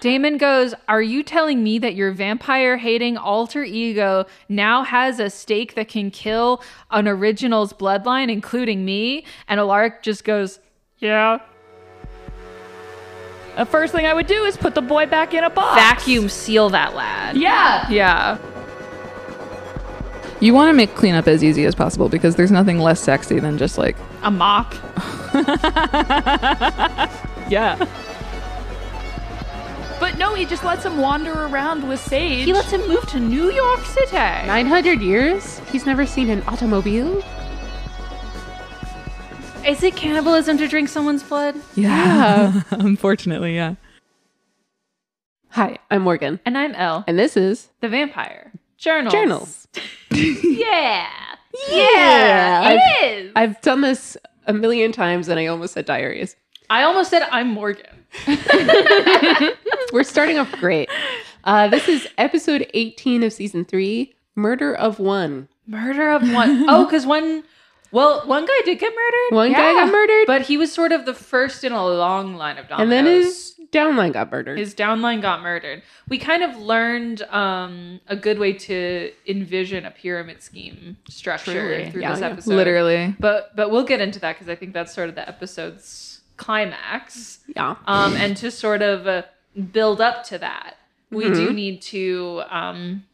Damon goes, Are you telling me that your vampire hating alter ego now has a stake that can kill an original's bloodline, including me? And Alaric just goes, Yeah. The first thing I would do is put the boy back in a box. Vacuum seal that lad. Yeah. Yeah. You want to make cleanup as easy as possible because there's nothing less sexy than just like, A mop. yeah. But no, he just lets him wander around with Sage. He lets him move to New York City. 900 years? He's never seen an automobile? Is it cannibalism to drink someone's blood? Yeah. Unfortunately, yeah. Hi, I'm Morgan. And I'm Elle, And this is the vampire. Journals. Journals. Yeah. Yeah. Yeah. It is. I've done this a million times and I almost said diaries. I almost said I'm Morgan. We're starting off great. Uh, this is episode 18 of season three Murder of One. Murder of one. Oh, because one. Well, one guy did get murdered. One guy got murdered, But he was sort of the first in a long line of dominoes. and then his downline got murdered. his downline got murdered. We kind of learned um, a good way to envision a pyramid scheme structure Truly. through Yeah. this episode. Literally. But but we'll get into that because I think that's sort of the episode's climax. yeah. Um, and to sort of uh, build up to that, we Mm-hmm. do need to um,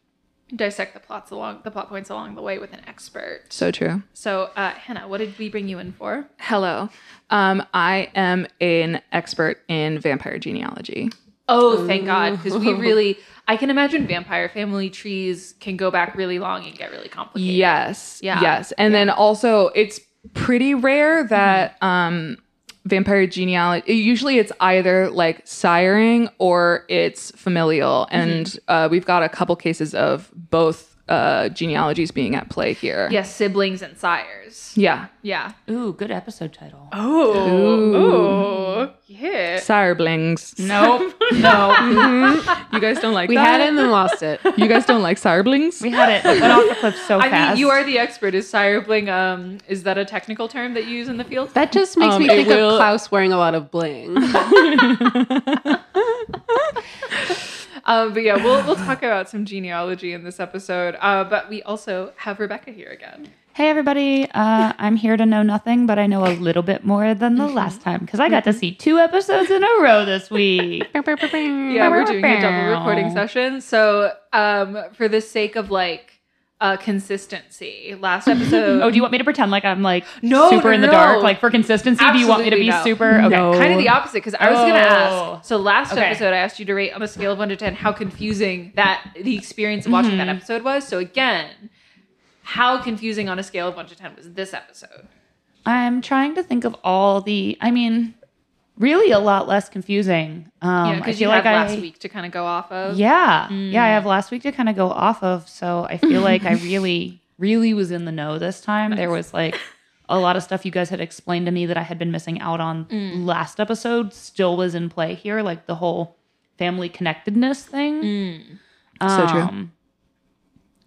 dissect the plots along the plot points along the way with an expert. So true. So, uh, Hannah, what did we bring you in for? Hello. Um, I am an expert in vampire genealogy. Oh, thank God, because we really, I can imagine vampire family trees can go back really long and get really complicated. Yes. Yeah. Yes. And then also it's pretty rare Mm-hmm. that um vampire genealogy usually it's either like siring or it's familial Mm-hmm. and uh, we've got a couple cases of both uh genealogies being at play here Yes, siblings and sires. yeah Yeah. Ooh, good episode title. Oh. Ooh. Yeah. sireblings Nope. no. you guys don't like We that had it and then lost it. you guys don't like sireblings We had it. It went off the cliff so I fast. mean, you are the expert. Is sire bling? Um, is that a technical term that you use in the field? That just makes Um, me it think will- of Klaus wearing a lot of bling. Uh, Um, but yeah, we'll we'll talk about some genealogy in this episode. Uh, but we also have Rebecca here again. Hey, everybody. Uh, I'm here to know nothing, but I know a little bit more than the Mm-hmm. last time because I got to see two episodes in a row this week. yeah, we're doing a double recording session. So, um, for the sake of like uh, consistency, last episode. Oh, do you want me to pretend like I'm like No, super no, in the no. dark? Like for consistency, do you want me to Absolutely be not. super? Okay. Kind of the opposite because I was going to Oh. ask. So last Okay. episode, I asked you to rate on a scale of one to ten how confusing that the experience of watching Mm-hmm. that episode was. So again, how confusing on a scale of one to ten was this episode? I'm trying to think of all the. I mean, really a lot less confusing. Um, you know, I because you feel like had I, last week to kind of go off of. Mm. Yeah, yeah. I have last week to kind of go off of, so I feel like I really, really was in the know this time. There was like a lot of stuff you guys had explained to me that I had been missing out on Mm. last episode. Still was in play here, like the whole family connectedness thing. Mm. So true. Um,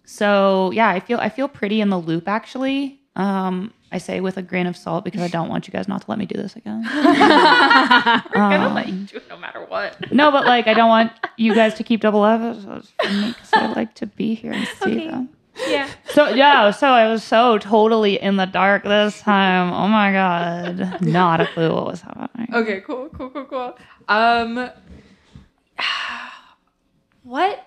So yeah, I feel I feel pretty in the loop actually. Um, I say with a grain of salt because I don't want you guys not to let me do this again. Um, we're gonna let you do it no matter what. No, but like I don't want you guys to keep double episodes for me because I like to be here and see them. Yeah. So yeah, so I was so totally in the dark this time. Oh my god, not a clue what was happening. Okay, cool, cool, cool, cool. Um, what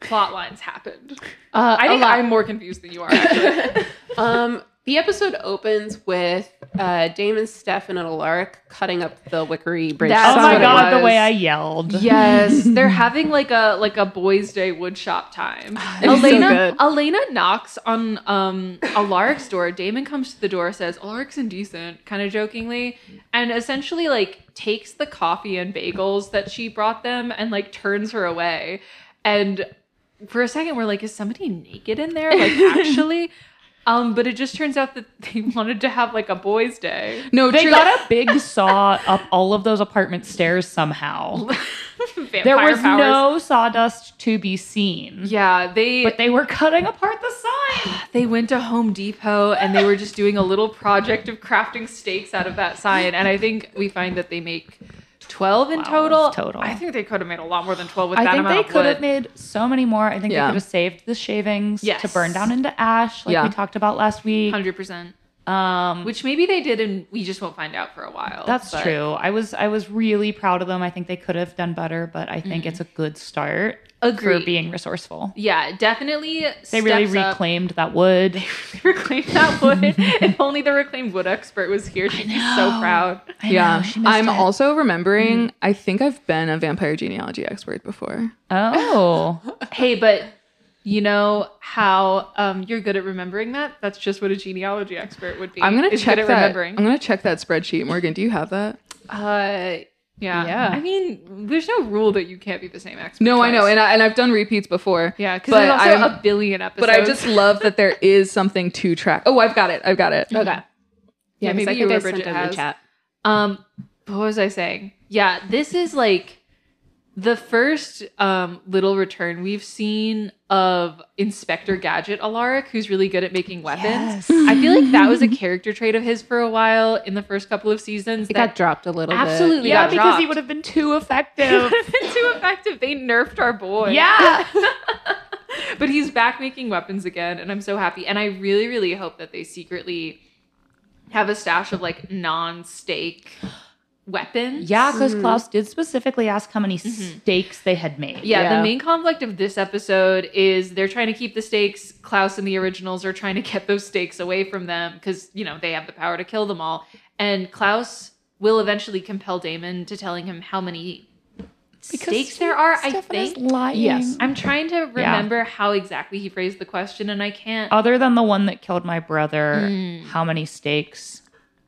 plot lines happened? Uh, I a think lot. I'm more confused than you are. actually. Um, the episode opens with uh, Damon, Steph, and Alaric cutting up the Wickery Bridge. That's Oh my what it god, the was. way I yelled. yes, they're having like a like a boys' day woodshop time. Ah, was so Elena good. Elena knocks on um Alaric's door. Damon comes to the door, says Alaric's indecent, kind of jokingly, and essentially like takes the coffee and bagels that she brought them and like turns her away. And for a second, we're like, is somebody naked in there? Like actually. Um, but it just turns out that they wanted to have like a boys' day. no They true got a big saw up all of those apartment stairs somehow. Vampire There was powers. no sawdust to be seen. Yeah, they But they were cutting apart the sign. They went to Home Depot and they were just doing a little project of crafting stakes out of that sign. And I think we find that they make 12 in 12 total. total. I think they could have made a lot more than 12 with I that think amount they of could wood. have made so many more. I think Yeah. they could have saved the shavings to Yes. burn down into ash, like Yeah. we talked about last week. 100%. Um, Which maybe they did and we just won't find out for a while. that's but- true. I was I was really proud of them. I think they could have done better, but I think it's a good start Mm-hmm. Agreed. for being resourceful. Yeah, definitely. They really steps up. reclaimed that wood. reclaim that wood. if only the reclaimed wood expert was here, she'd be so proud. I yeah. know, she missed I'm it. Mm-hmm. also remembering, I think I've been a vampire genealogy expert before. Oh, Hey, but you know how um, you're good at remembering that? That's just what a genealogy expert would be. I'm going to is check good at that. remembering. I'm going to check that spreadsheet. Morgan, do you have that? uh, yeah. Yeah. I mean, there's no rule that you can't be the same expert. No, I know. twice. And, I, and I've done repeats before. yeah, because but there's also I'm- a billion episodes. But I just love that there is something to track. Oh, I've got it. I've got it. Okay. Yeah, Yeah, maybe maybe I you think were I sent Bridget them in Haas. chat. Um, what was I saying? Yeah, this is like the first um little return we've seen of Inspector Gadget Alaric, who's really good at making weapons. Yes. I feel like that was a character trait of his for a while in the first couple of seasons. It got that dropped a little absolutely yeah, got because he dropped. would have been too effective. too effective. They nerfed our boy. yeah, but he's back making weapons again, and I'm so happy. And I really, really hope that they secretly have a stash of like non-stake weapons. yeah, because Mhm. Klaus did specifically ask how many Mhm. stakes they had made. Yeah, the Yeah. main conflict of this episode is they're trying to keep the stakes. Klaus and the originals are trying to get those stakes away from them because, you know, they have the power to kill them all. And Klaus will eventually compel Damon to telling him how many stakes there are, I think. lying. Yes. I'm trying to remember how exactly he phrased the question and I can't. Other than the one that killed my brother, Hmm. Mm. how many stakes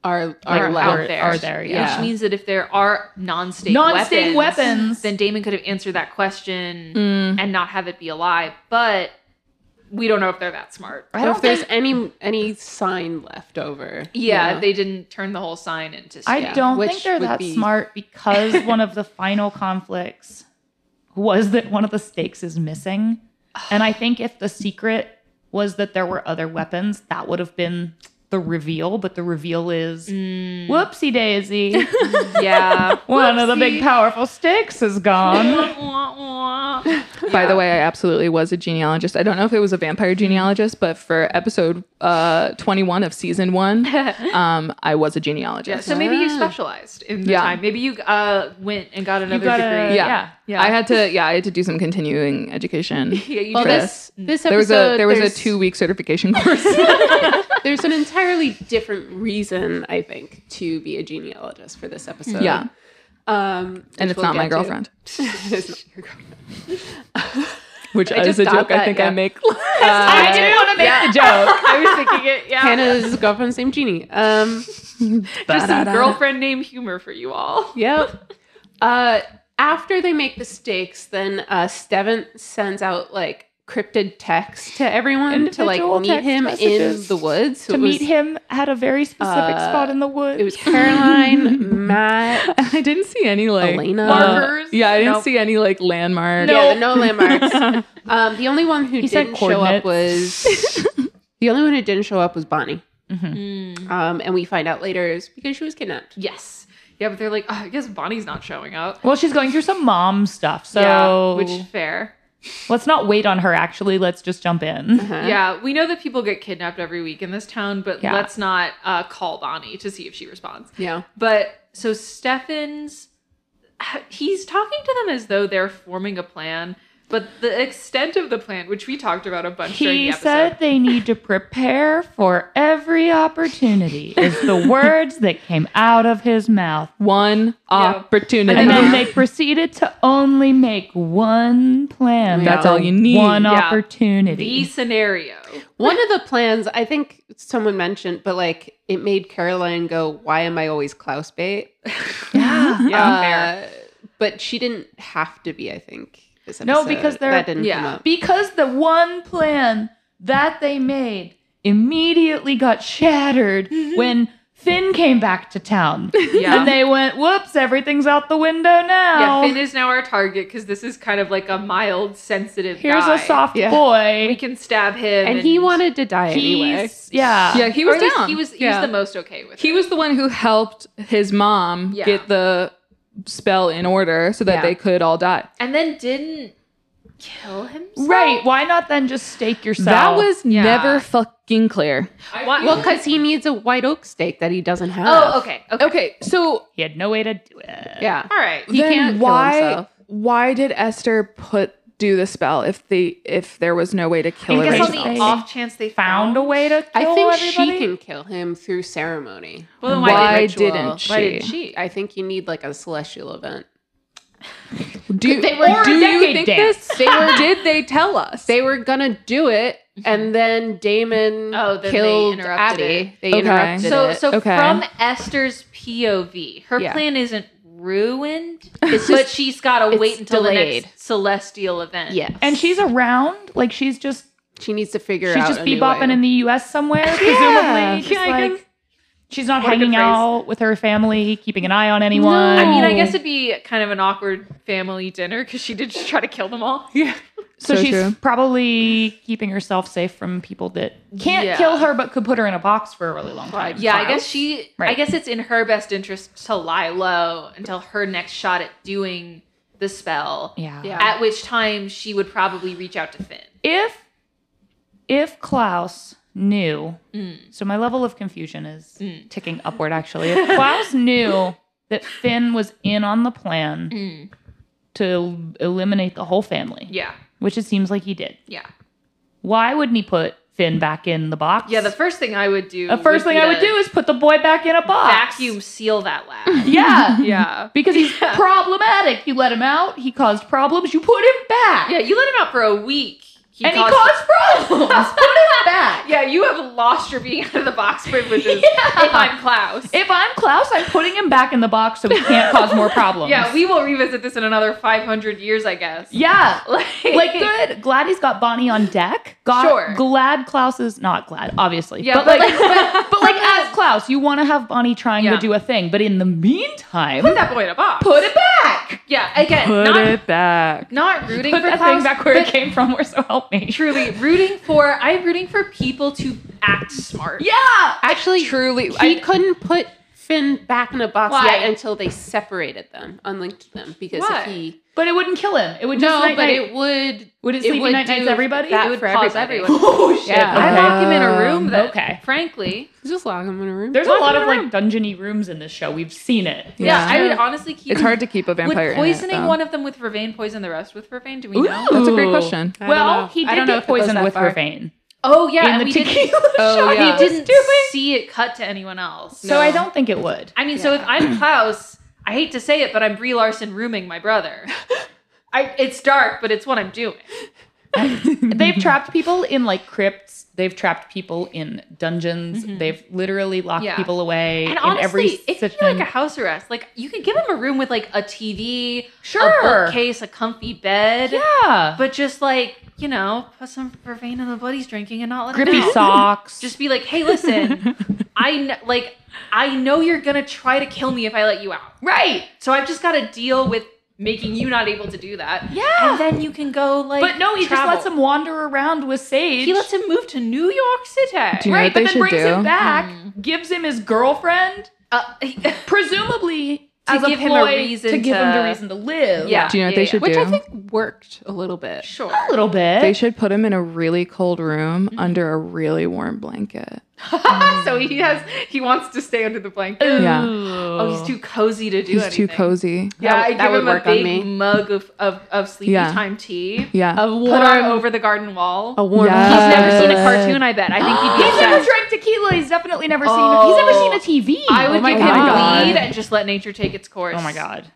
Our like, our are, out are lab. there. there? Yeah. Which means that if there are non-stake, Non-stake weapons. then Damon could have answered that question Mm. and not have it be a lie. But we don't know if they're that smart. I Or don't if there's think- any any sign left over. you Yeah, know? they didn't turn the whole sign into. I stone. don't which think they're would that be- smart because one of the final conflicts was that one of the stakes is missing. And I think if the secret was that there were other weapons, that would have been the reveal, but the reveal is Hmm. whoopsie daisy. Yeah. one of the big powerful stakes is gone. By the way, I absolutely was a genealogist. I don't know if it was a vampire genealogist, but for episode uh, 21 of season one, um, I was a Yeah, genealogist. so maybe you specialized in the Yeah. time. Maybe you uh, went and got another got a- degree. yeah. yeah, yeah. I had to, yeah, I had to do some continuing education. Yeah, you Well, did. this this episode There was a there was a there's- two week certification course. There's an entirely different reason I think to be a genealogist for this episode. yeah, um, and which it's we'll not my get to. girlfriend, It's not your girlfriend. which I is just a joke thought I that, think I yeah. make. I didn't want to make the joke. I was thinking it. Yeah. Hannah's girlfriend's name Jeannie. Um, Just some Da-da-da. girlfriend name humor for you all. Yep. Uh, after they make the stakes, then uh, Steven sends out like cryptid text to everyone to like Individual meet text him in messages. the woods. So to it meet was- him at a very specific uh, spot in the woods. It was Caroline, Matt, I didn't see any like uh, Elena. Markers? yeah, I didn't Nope. see any like landmark. Yeah, no landmarks. um, the only one who He said didn't show up coordinates. was the only one who didn't show up was Bonnie. Mhm. Um, and we find out later is because she was kidnapped. Yes. Yeah, but they're like, oh, I guess Bonnie's not showing up. Well, she's going through some mom stuff, so yeah, which fair. let's not wait on her. Actually, let's just jump in. Uh-huh. Yeah, we know that people get kidnapped every week in this town, but Yeah. let's not uh, call Bonnie to see if she responds. Yeah. But so Stefan's he's talking to them as though they're forming a plan, but the extent of the plan, which we talked about a bunch during the He episode. said they need to prepare for every opportunity. Is the words that came out of his mouth, One opportunity. and then they proceeded to only make one plan. That's for all you need. One Yeah. the opportunity. scenario. One of the plans, I think someone mentioned, but like it made Caroline go, Why am I always Klaus bait? Yeah. Yeah, Uh, But she didn't have to be, I think. This No, episode. because they're- that didn't yeah. come up. because the one plan that they made immediately got shattered when Finn came back to town. Mm-hmm. Yeah. And they went, whoops, everything's out the window now. yeah, Finn is now our target because this is kind of like a mild, sensitive. Here's guy. a soft Yeah. We boy. can stab him, And he wanted to die anyway. He's- yeah. yeah, he Or was at least down. he was. He yeah. was the most okay with. He it. was the one who helped his mom Yeah. get the spell in order so that Yeah. they could all die. and then didn't kill himself. Right. Why not then just stake yourself? that was yeah. never fucking clear. Why- Well, because he needs a white oak steak that he doesn't have. oh, okay. Okay. Okay, so He had no way to do it. Yeah. All right. He then can't kill why himself. why did Esther put do the spell if they if there was no way to kill I Because guess on her? the They- off chance they Found a way to kill I think she everybody. can kill him through ceremony. Well, then Why did ritual? didn't Why did she? she? I think you need like a celestial event. Do you, They were- or a do you decade think dance. this? They were, did they tell us? They were gonna do it, and then Damon Oh, then they killed interrupted Abby. it. They Okay. interrupted So, it. so Okay. from Esther's POV, her Yeah. plan isn't ruined, but she's got to it's wait until delayed. the next celestial event. yes, And she's around. Like she's just she needs to figure she's out. just a new bebopping way. in the U.S. somewhere, Yeah. presumably. Just Yeah, I like guess- she's not What a good hanging phrase. out with her family, keeping an eye on anyone. I mean, I No. guess it'd be kind of an awkward family dinner because she did just try to kill them all. so, So she's true. probably keeping herself safe from people that can't Yeah. kill her, but could put her in a box for a really long time. Yeah, I Trials. guess she. I Right. guess it's in her best interest to lie low until her next shot at doing the spell. Yeah. Yeah. At which time she would probably reach out to Finn. If if Klaus knew, Mm. so my level of confusion is Mm. ticking upward. Actually, if Klaus knew that Finn was in on the plan Mm. to eliminate the whole family, Yeah. which it seems like he did, Yeah. why wouldn't he put Finn back in the box? Yeah. The first thing I would do. The first would thing be I would to do is put the boy back in a box. vacuum seal that lab. Yeah. yeah. Because he's problematic. You let him out. He caused problems. You put him back. Yeah. You let him out for a week. He and he caused problems. put him back. Yeah, you have lost your being out of the box privileges. If I'm Klaus. If I'm Klaus, I'm putting him back in the box so he can't cause more problems. yeah, we will revisit this in another 500 years, I guess. Yeah. Like, Like good. Glad he's got Bonnie on deck. Got, Sure. Glad Klaus is not glad, obviously. Yeah, but but- like, but, but like as Klaus, you want to have Bonnie trying Yeah. to do a thing, but in the meantime, put that boy in a box. put it back. yeah, again, put not it back. not rooting Put for that Klaus, thing back where it but came from. Or so help me. Truly, rooting for I'm rooting for people to act smart. Yeah. Actually, Truly, he I- couldn't put Finn back in a box Why? yet until they separated them, unlinked them, because Why? if he But it wouldn't kill him. It would just no, night, but night. it would would it it sleepy would night nights do everybody? that It would for pause everybody. everyone. oh shit. Um, Yeah. I lock him in a room then. okay. Frankly. just lock him in a room. There's a Lock lot him of in a like dungeony rooms in this show. We've seen it. Yeah, Yeah. I would honestly keep It's hard to keep a would vampire poisoning in it, one of them with vervain, poison the rest with vervain. Do we know? That's a great Ooh. question. I don't Well, know. he I did don't know if get it goes poisoned that with far. vervain Oh yeah, in and the we tequila didn't, Oh, shot. yeah. he He didn't didn't see it cut to anyone else. So I don't think it would. I mean, so if I'm Klaus, I hate to say it, but I'm Brie Larson rooming my brother. I, it's dark, but it's what I'm doing. They've trapped people in like crypts. They've trapped people in dungeons. They've literally locked Mm-hmm. Yeah. people away And in honestly, every it could be situation. like a house arrest. Like you could give him a room with like a TV, Sure. a bookcase, a comfy bed, yeah. but just like you know, put some vervain in the blood he's drinking and not let Grippy him out. socks. Just be like, hey, listen, I kn- like I know you're gonna try to kill me if I let you out. right. So I've just got to deal with making you not able to do that. Yeah. And then you can go like. But no, he travel. just lets him wander around with Sage. He lets him move to New York Do City. you know right, what they but then should brings him do? back, Hmm. gives him his girlfriend, Uh, yeah, presumably as give a him a ploy reason to give him to- the reason to live. Do you know what they should which do? I think worked a little bit. sure. a little bit. they should put him in a really cold room under a really warm blanket. so he has. He wants to stay under the blanket. Yeah. Oh, he's too cozy to do He's anything. too cozy. Yeah, That- I that give would him a work on me. big mug of of, of sleepy Yeah. time tea. Yeah. A Put on warm, over the garden wall. a warm. Yes. He's never seen a Yes. cartoon. I bet. I think he'd be He's never obsessed. drank tequila. He's definitely never Oh. seen. He's never seen a TV. I would oh my give god. God. him weed and just let nature take its course. Oh my god.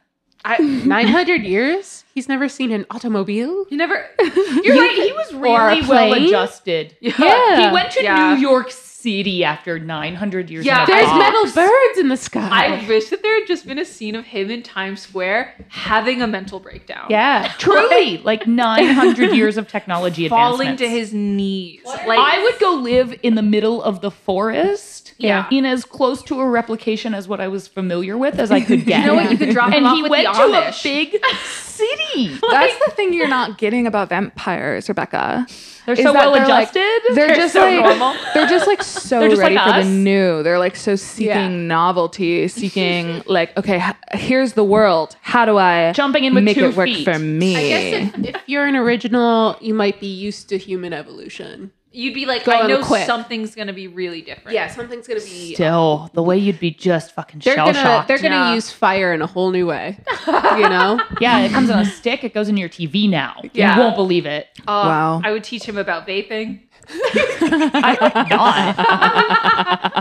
I, Nine hundred years. He's never seen an automobile. you never. You're right. He was Or a really well plane? adjusted. Yeah. He went to Yeah. New York City after 900 years. Yeah. in a There's box. metal birds in the sky. I wish that there had just been a scene of him in Times Square having a mental breakdown. Yeah, truly, like 900 years of technology Falling advancements. to his knees. I would go live in the middle of the forest Yeah. in as close to a replication as what I was familiar with as I could get. You know what? You could drop him and off he with went the to a Amish. big city. That's the thing you're not getting about vampires, Rebecca. They're Is so that well they're, like- adjusted. They're, just so like normal. they're just like so They're just ready like for us. the new. They're like so seeking Yeah. novelty, seeking like okay, h- here's the world. How do I Jumping in with make two it work feet. for me? I guess if, if you're an original, you might be used to human evolution. You'd be like, Go I on know quick. something's gonna be really different. Yeah, something's gonna be. Still, the way you'd be just fucking They're shell gonna shocked. they're gonna yeah. use fire in a whole new way. You know, Yeah, it comes on a stick. It goes into your TV now. Yeah. You won't believe it. Uh, Wow. I would teach him about vaping. I would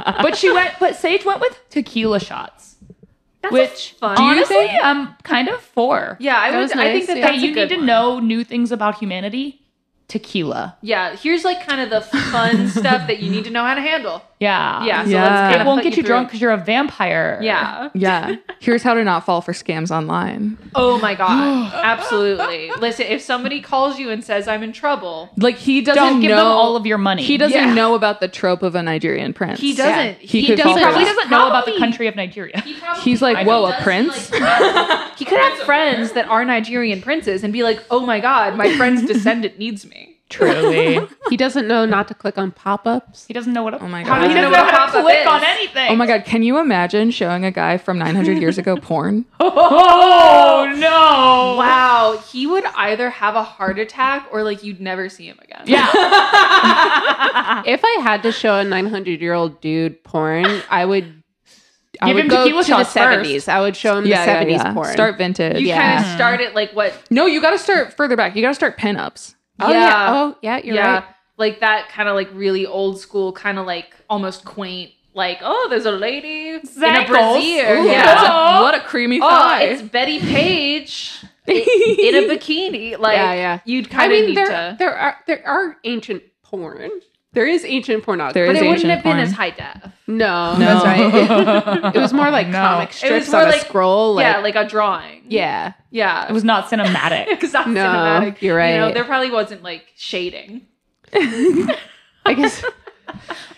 not. but she went. But Sage went with tequila shots, That's which fun. honestly, I'm kind of for. Yeah, I That would. was I think nice, that yeah. that's Hey, a you good need to one. know new things about humanity. Tequila. Yeah, here's like kind of the fun stuff that you need to know how to handle. Yeah. Yeah, so Yeah. let's kind It of won't put get you through. drunk because you're a vampire. Yeah. yeah. Here's how to not fall for scams online. Oh my god. Absolutely. Listen, if somebody calls you and says I'm in trouble, Like he doesn't Don't give know them all of your money. He doesn't Yeah. know about the trope of a Nigerian prince. he doesn't. He He, could doesn't. fall for He Probably doesn't know about the country of Nigeria. He probably- He's like, I whoa, know, a does, prince? like- he could have friends that are Nigerian princes and be like, oh my god, my friend's descendant needs me. Truly. he doesn't know not to click on pop-ups. he doesn't know what. A, Oh my He god. know doesn't know what how pop-up to click is. on anything. Oh my god, can you imagine showing a guy from 900 years ago porn? Oh no. Wow, he would either have a heart attack or like you'd never see him again. Yeah. If I had to show a 900 year old dude porn, I would. I Give would him go tequila to the shots first. 70s. I would show him the 70s porn. Start vintage. You Yeah. kind of start at like what No, you got to start further back. You got to start pinups. Oh yeah. Yeah. Oh yeah. You're yeah, right. like that kind of like really old school, kind of like almost quaint. Like, oh, there's a lady in a Zackles. brassiere. Ooh, yeah. that's a- Oh. what a creamy Oh, thigh. it's Betty Page i- in a bikini. Like, Yeah, yeah. you'd I kind of mean, need there to. there are there are ancient porn. There is ancient pornography. There but is it wouldn't ancient have been porn. as high def. No, No. that's right. It, was more like comic It strips was more on like a scroll. Like, yeah, like a drawing. yeah. yeah. It was not cinematic. because that's No, cinematic. you're You know, right. there probably wasn't like shading. I guess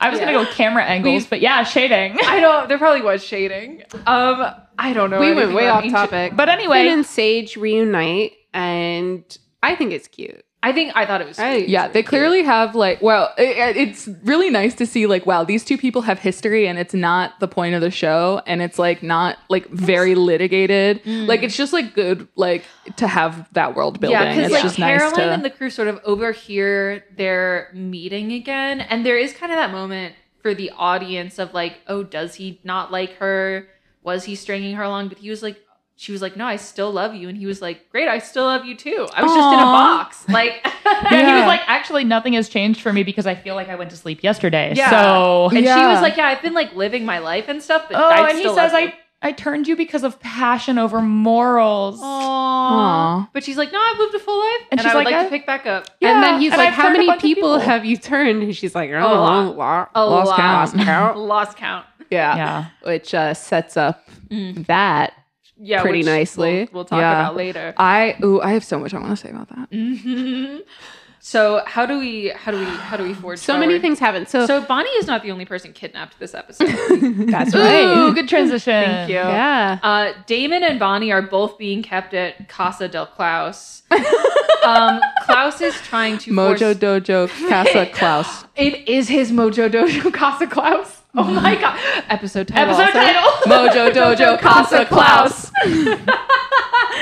I was gonna go camera angles, but yeah, shading. I don't. There probably was shading. Um, I don't know. we went anything way about off ancient- topic. But Finn anyway, and Sage reunite, and I think it's cute. I think I thought it was. I- sweet. yeah, they clearly have like well, i- i- it's really nice to see like wow, these two people have history and it's not the point of the show and it's like not like very litigated. Like it's just like good like to have that world building. Yeah, because it's like just Caroline nice to and the crew sort of overhear their meeting again, and there is kind of that moment for the audience of like, oh, does he not like her? Was he stringing her along? But he was like, she was like, no, I still love you, and he was like, great, I still love you too. I was just in a Aw. box, like, yeah, he Yeah. was like, actually, nothing has changed for me because I feel like I went to sleep yesterday. Yeah. So, and she Yeah. was like, yeah, I've been like living my life and stuff, but oh, I and he still says, love you." I I turned you because of passion over morals. Aw. Aw. But she's like, no, I've lived a full life, and, And I she's would like, like to "I- pick back up. and then Yeah, he's and like, I've "How turned a many bunch of people, people." have you turned?" And she's like, "I don't A know, lot. wa- A lost lot. count." Lost count. yeah. Yeah. which uh, sets up Mm. that. Yeah, Pretty which we'll- nicely. We'll, talk Yeah. about later. I ooh, I have so much I want to say about that. hmm So how do we how do we how do we forge So many forward? things happen. So, So Bonnie is not the only person kidnapped this episode. that's Ooh, good transition. Thank you. Yeah. Uh, Damon and Bonnie are both being kept at Casa del Klaus. um, Klaus is trying to Mojo force- Dojo Casa Klaus. It is his Mojo Dojo Casa Klaus. Oh my god! Episode title. Episode also. title. Mojo Dojo Casa Klaus.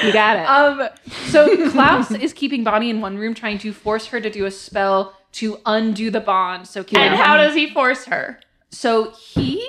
You got it. Um, so Klaus is keeping Bonnie in one room, trying to force her to do a spell to undo the bond. So And Kira- how does he force her? So he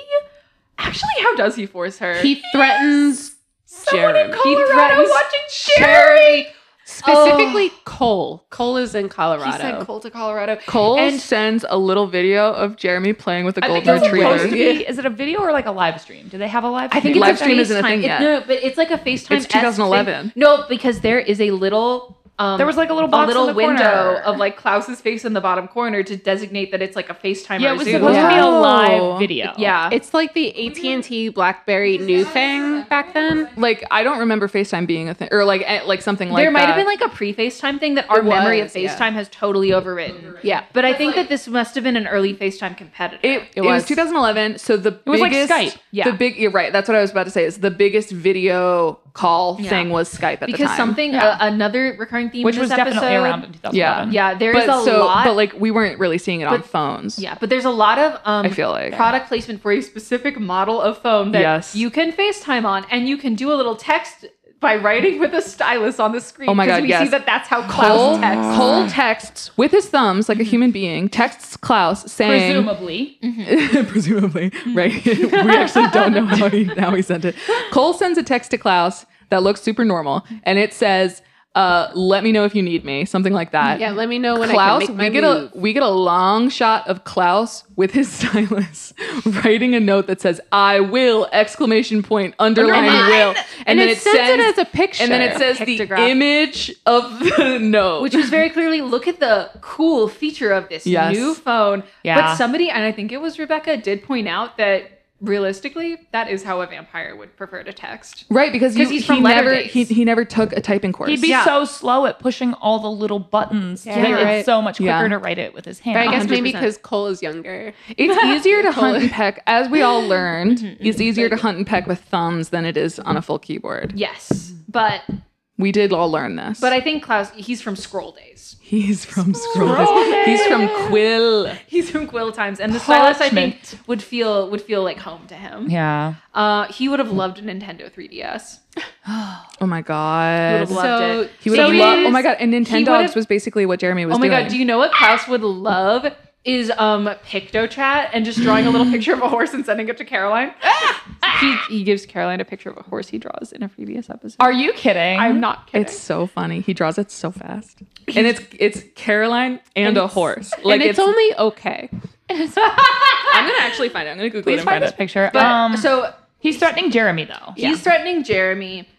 actually, how does he force her? he threatens Someone in Jeremy. He Colorado threatens- watching Jeremy. specifically Cole. Cole is He in sent Colorado. Cole to Colorado. Cole And- sends a little video of Jeremy playing with a I think golden that's Is it supposed to retriever. be- Is it a video or like a live stream? Do they have a live stream? think it's Live a stream isn't a FaceTime- thing it- yet. No, but it's like a FaceTime. It's 2011. No, because there is a little Um, There was like a little box a in little the window corner. of like Klaus's face in the bottom corner to designate that it's like a FaceTime yeah, or it was Zoom. supposed to be a Wow. live video. yeah. It's like the AT and T BlackBerry new thing back then. Like I don't remember FaceTime being a thing, or like eh, like something like there might have that. been like a pre FaceTime thing that our memory of was, yeah. FaceTime has totally overwritten. Yeah. But I think that this must have been an early FaceTime competitor. It, it, was. was. 2011. So the was like biggest, Skype. Yeah. the big. You're right. That's what I was about to say. Is the biggest video call Yeah. thing was Skype at the because time. something a- another recurring theme which in was this definitely episode- around in 2011. Yeah, there is but a so, lot. but like we weren't really seeing it on But- phones. yeah, but there's a lot of um, I feel like- product placement for a specific model of phone that Yes. you can FaceTime on, and you can do a little text by writing with a stylus on the screen. Oh my 'cause God, we see yes. that that's how Cole, Klaus texts. Cole texts with his thumbs Mm-hmm. like a human being. Texts Klaus saying, Presumably, presumably, Hmm. right? we actually don't know how he how he sent it. Cole sends a text to Klaus that looks super normal, and it says, uh, "Let me know if you need me," something like that. Yeah, let me know when Klaus, I can make my we get move. a we get a long shot of Klaus with his stylus writing a note that says "I will!" exclamation point underline Underline. will, and, and, then it, sends it as a picture. and then it says the Pictograph. image of the note, which was very clearly look at the cool feature of this Yes. new phone. Yeah. But somebody, and I think it was Rebecca, did point out that realistically, that is how a vampire would prefer to text. right because you, 'Cause he's he from Latter never Days. he, he never took a typing course. he'd be Yeah. so slow at pushing all the little buttons Yeah, that right. it's so much quicker Yeah. to write it with his hand. But I guess maybe 100%. because Cole is younger. It's easier to hunt and peck, as we all learned. It's easier to hunt and peck with thumbs than it is on a full keyboard. Yes, but We did all learn this. but I think Klaus, he's from Scroll Days. he's from Scroll. He's from Quill. He's from Quill Times, and the stylus I think Parchment. would feel would feel like home to him. yeah. Uh, he would have loved a Nintendo 3DS. Oh my He would god. have loved So- it. He would So have it loved. is- Oh my god. And he Nintendogs would've- was basically what Jeremy was Oh my doing. god, do you know what Klaus would love? Is um PictoChat and just drawing a little picture of a horse and sending it to Caroline. Ah! he, he gives Caroline a picture of a horse he draws in a previous episode. Are you kidding? I'm not kidding. it's so funny. He draws it so fast, and it's it's Caroline and, a horse. Like and it's, only okay. I'm gonna actually find it. I'm gonna Google it Please and find find this it. picture. but um, so he's threatening Jeremy though. he's threatening Jeremy.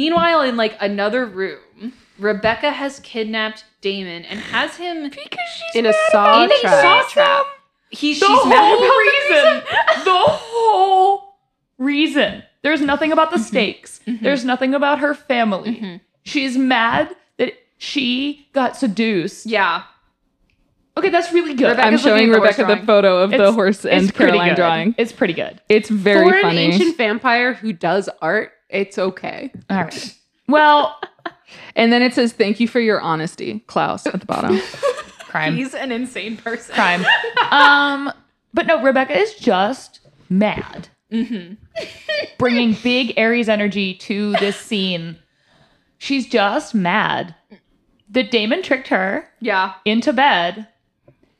Meanwhile, in like another room, Rebecca has kidnapped Damon and has him In a saw in a saw trap. trap. He, she's whole mad about reason. the reason. the whole reason. There's nothing about the stakes. There's nothing about her family. She's mad that she got seduced. yeah. Okay, that's really good. Rebecca- I'm Rebecca's looking showing at the horse Rebecca the drawing. photo of the It's- horse it's and pretty Caroline good. drawing. It's pretty good. It's very For an funny. ancient vampire who does art, it's okay. All right. Well, And then it says, "Thank you for your honesty, Klaus." At the bottom, crime. He's an insane person. crime. Um, but no, Rebecca is just mad. Mm-hmm. Bringing big Aries energy to this scene. She's just mad that Damon tricked her Yeah. into bed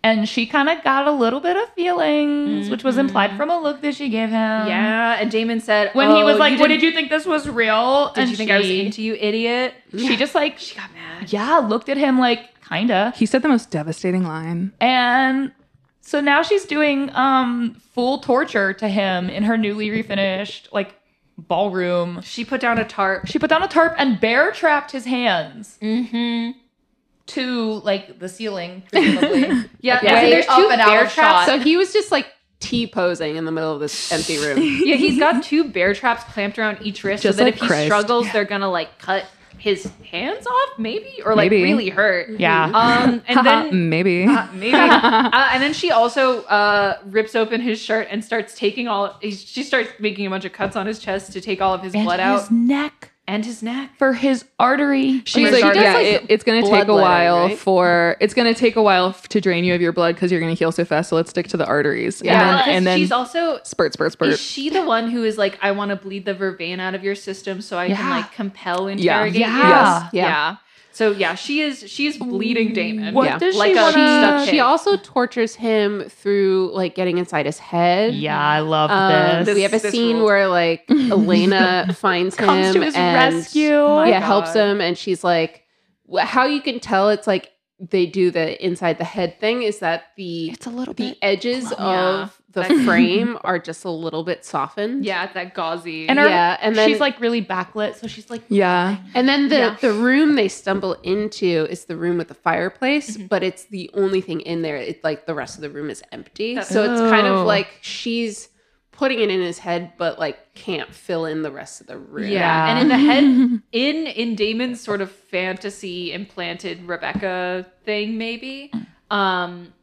and she kind of got a little bit of feelings, which was implied from a look that she gave him. Mm-hmm. Yeah, and Damon said When he "Oh, was like, What didn't- did you think this was real? Did and you think she, I was into you, idiot?" she just like, She got mad. yeah, looked at him like, kinda. he said the most devastating line. And so now she's doing um full torture to him in her newly refinished like ballroom. She put down a tarp. She put down a tarp and bear trapped his hands Mm-hmm. to like the ceiling, presumably. Yeah, Yeah. yeah. Way there's two up and out bear of traps. shot. So he was just like T posing in the middle of this empty room. yeah, he's got two bear traps clamped around each wrist, Just so that like if he Christ. struggles, they're gonna like cut his hands off, maybe, or like Maybe. really hurt. yeah. Um, and Haha, then. maybe. uh, maybe, uh, and then she also uh, rips open his shirt and starts taking all. he- She starts making a bunch of cuts on his chest to take all of his And blood out his neck and his neck. for his artery. She's She's like, like, yeah, like, it, it's gonna take a bloodletting, while right? for it's gonna take a while f- to drain you of your blood because you're gonna heal so fast. So let's stick to the arteries. Yeah, and then, and because then she's also spurt, spurt, spurt. Is she the one who is like, I want to bleed the vervain out of your system so I can Yeah. like compel interrogate Yeah. you? Yes. Yeah. Yeah. So yeah, she is she's bleeding Damon. What Yeah. does like she a wanna- stuffed She pig. also tortures him through like getting inside his head. Yeah, I love Um, this. we have a This scene ruled. where like Elena finds him Comes to his and rescue. Oh my yeah, God. helps him, and she's like, wh- "How you can tell it's like they do the inside the head thing is that the It's a little the bit. edges Yeah. of the That- frame are just a little bit softened. Yeah, it's that gauzy. And her- yeah, and then she's like really backlit, so she's like Yeah. and then the Yeah. the room they stumble into is the room with the fireplace, but it's the only thing in there. It's like the rest of the room is empty, That's- so it's kind Oh. of like she's putting it in his head, but like can't fill in the rest of the room. yeah. and in the head, in in Damon's sort of fantasy implanted Rebecca thing, maybe. Um,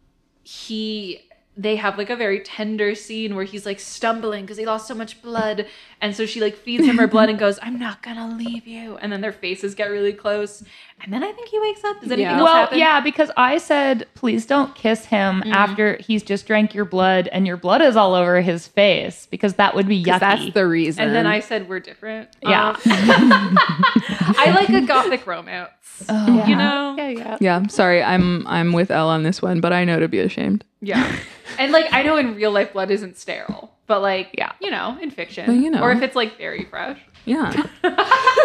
he they have like a very tender scene where he's like stumbling because he lost so much blood, and so she like feeds him her blood and goes, "I'm not gonna leave you," and then their faces get really close, and then I think he wakes up. Does anything Yeah. else well, happen? yeah, because I said, please don't kiss him Mm-hmm. after he's just drank your blood and your blood is all over his face because that would be 'Cause yucky. that's the reason. And then I said we're different. Yeah. Um, I like a gothic romance. Oh. You know? yeah, yeah. Yeah. I'm Sorry, I'm I'm with Elle on this one, but I know to be ashamed. Yeah. And like I know in real life blood isn't sterile, but like Yeah. you know, in fiction. Well, you know. Or if it's like very fresh. Yeah.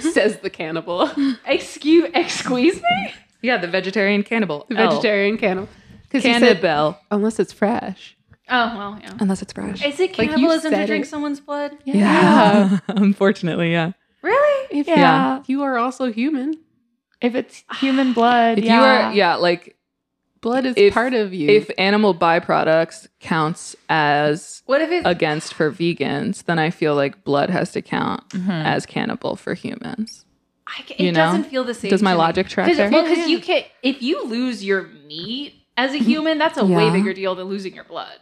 says the cannibal, Excuse excuse me? yeah, the vegetarian cannibal. the Elle. vegetarian cannibal. Because he said, Cannibal. unless it's fresh. Oh well, yeah. Unless it's fresh. Is it you cannibalism to said drink it. someone's blood? yeah. Unfortunately, yeah. Really? If yeah. Yeah. you are also human, If it's human blood, If yeah. you are yeah, like blood is If- part of you. if animal byproducts counts as What if it's against for vegans, then I feel like blood has to count Mm-hmm. as cannibal for humans. I, ca- it you know? doesn't feel the same. Does my to me. logic track Cause, there? well, 'cause you can if you lose your meat as a human, that's a way Mm-hmm. Yeah. bigger deal than losing your blood.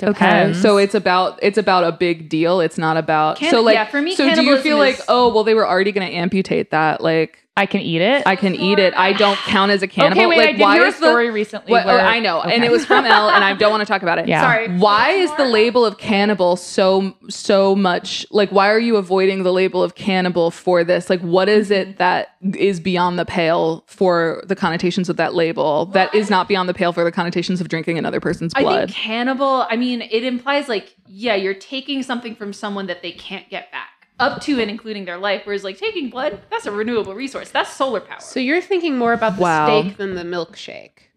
Okay, Depends. so it's about it's about a big deal. It's not about Can- so like yeah, for me, So do you cannibalism feel like is- oh well they were already going to amputate that like I can eat it. I can eat it. I don't count as a cannibal. okay, wait, like I did hear a is the- story recently. what- oh, where- I know, and okay. it was from Elle, and I don't want to talk about it. Yeah. Sorry. Why is the label of cannibal so so much like why are you avoiding the label of cannibal for this? Like what is Mm-hmm. it that is beyond the pale for the connotations of that label that is not beyond the pale for the connotations of drinking another person's I blood? think cannibal, I mean, it implies like, yeah, you're taking something from someone that they can't get back, up to and including their life. Whereas, like, taking blood, that's a renewable resource. That's solar power. so you're thinking more about the Wow. steak than the milkshake.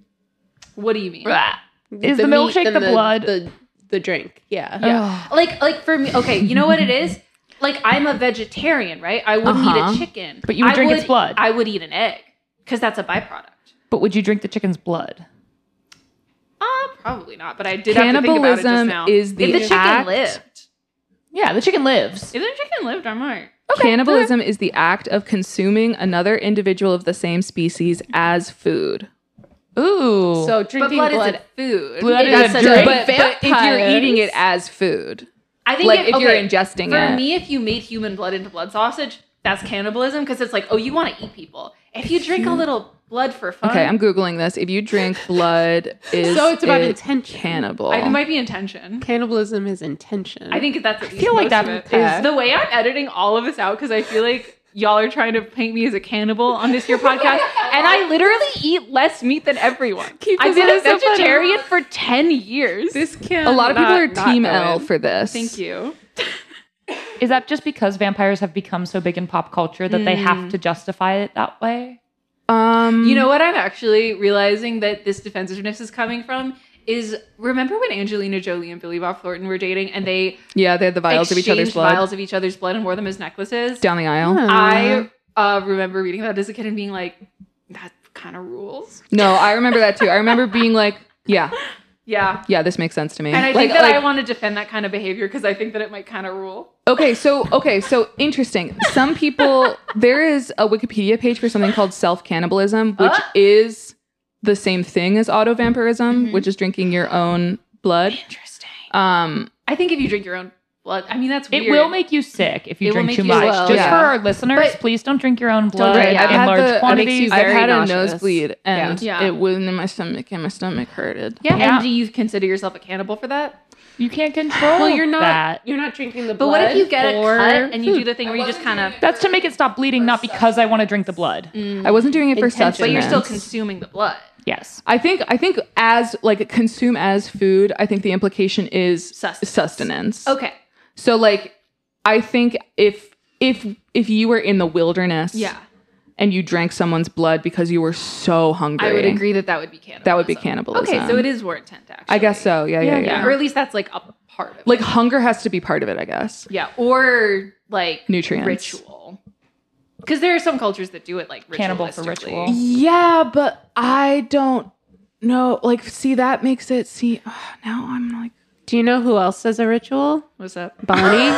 what do you mean? Blah. Is the meat milkshake than the blood? The, the drink, yeah. Yeah. Like, like for me, okay, you know what it is? Like, I'm a vegetarian, right? I wouldn't Uh-huh. eat a chicken. But you would I drink its blood. I would eat an egg because that's a byproduct. But would you drink the chicken's blood? Uh, probably not, but I did have to think about it just Cannibalism now. is the if the chicken act- lived. Yeah, the chicken lives. If the chicken lived, I might. Cannibalism is the act of consuming another individual of the same species as food. Ooh. So But drinking blood, blood, isn't food. Blood It's is a such drink. But, but if you're Vampires. eating it as food, I think like if, if, you're okay, ingesting For it, me, if you made human blood into blood sausage, that's cannibalism because it's like, oh, you want to eat people. If you drink a little blood for fun, Okay, I'm googling this. If you drink blood, is So it's about it intention. Cannibal. I- it might be intention. cannibalism is intention. I think that's. At least feel like most that of it. okay. Is the way I'm editing all of this out because I feel like y'all are trying to paint me as a cannibal on this here podcast, and I literally eat less meat than everyone. Keep I've this been a up, so funny. vegetarian for ten years. this can a lot of people not- are not team go L in. for this. Thank you. Is that just because vampires have become so big in pop culture that they have Mm. to justify it that way? Um, You know what I'm actually realizing that this defensiveness is coming from is remember when Angelina Jolie and Billy Bob Thornton were dating and they yeah, they're the vials of each other's exchanged blood vials of each other's blood and wore them as necklaces. down the aisle. I uh, remember reading that as a kid and being like, that kind of rules. No, I remember that too. I remember being like, yeah, Yeah. yeah, this makes sense to me. And I like, think that like, I want to defend that kind of behavior because I think that it might kind of rule. Okay, so okay, so interesting. Some people there is a Wikipedia page for something called self cannibalism, which Ah. is the same thing as auto vampirism, Mm-hmm. which is drinking your own blood. Interesting. Um, I think if you drink your own blood, I mean, that's weird. It will make you sick if you It will drink make too you much. well, Just yeah. for our listeners, please don't drink your own blood drink- yeah. I've in had large the- that makes you quantities. very I've had a nauseous. nosebleed and Yeah. Yeah. it went in my stomach and my stomach hurted. Yeah. Yeah. And do you consider yourself a cannibal for that? You can't control. Well, you're not. That. You're not drinking the But blood. what if you get a for cut and you do food? the thing where you just kind of. That's to make it stop bleeding, not because I want to drink the blood. I wasn't doing it for Intention. sustenance. But you're still consuming the blood. Yes. I think I think as like consume as food, I think the implication is Sustenance. sustenance. Okay. So like I think if if if you were in the wilderness Yeah. and you drank someone's blood because you were so hungry. I would agree that that would be cannibalism. That would be cannibalism. Okay, so it is war intent. Actually, I guess so. Yeah, yeah, yeah. Yeah, or at least that's like a part of it. Like hunger has to be part of it, I guess. yeah, or like Nutrients. ritual. Because there are some cultures that do it like Cannibal for ritualistically. ritual. Yeah, but I don't know. Like, see, that makes it. See, ah, now I'm like, Do you know who else does a ritual? What's up? Bonnie.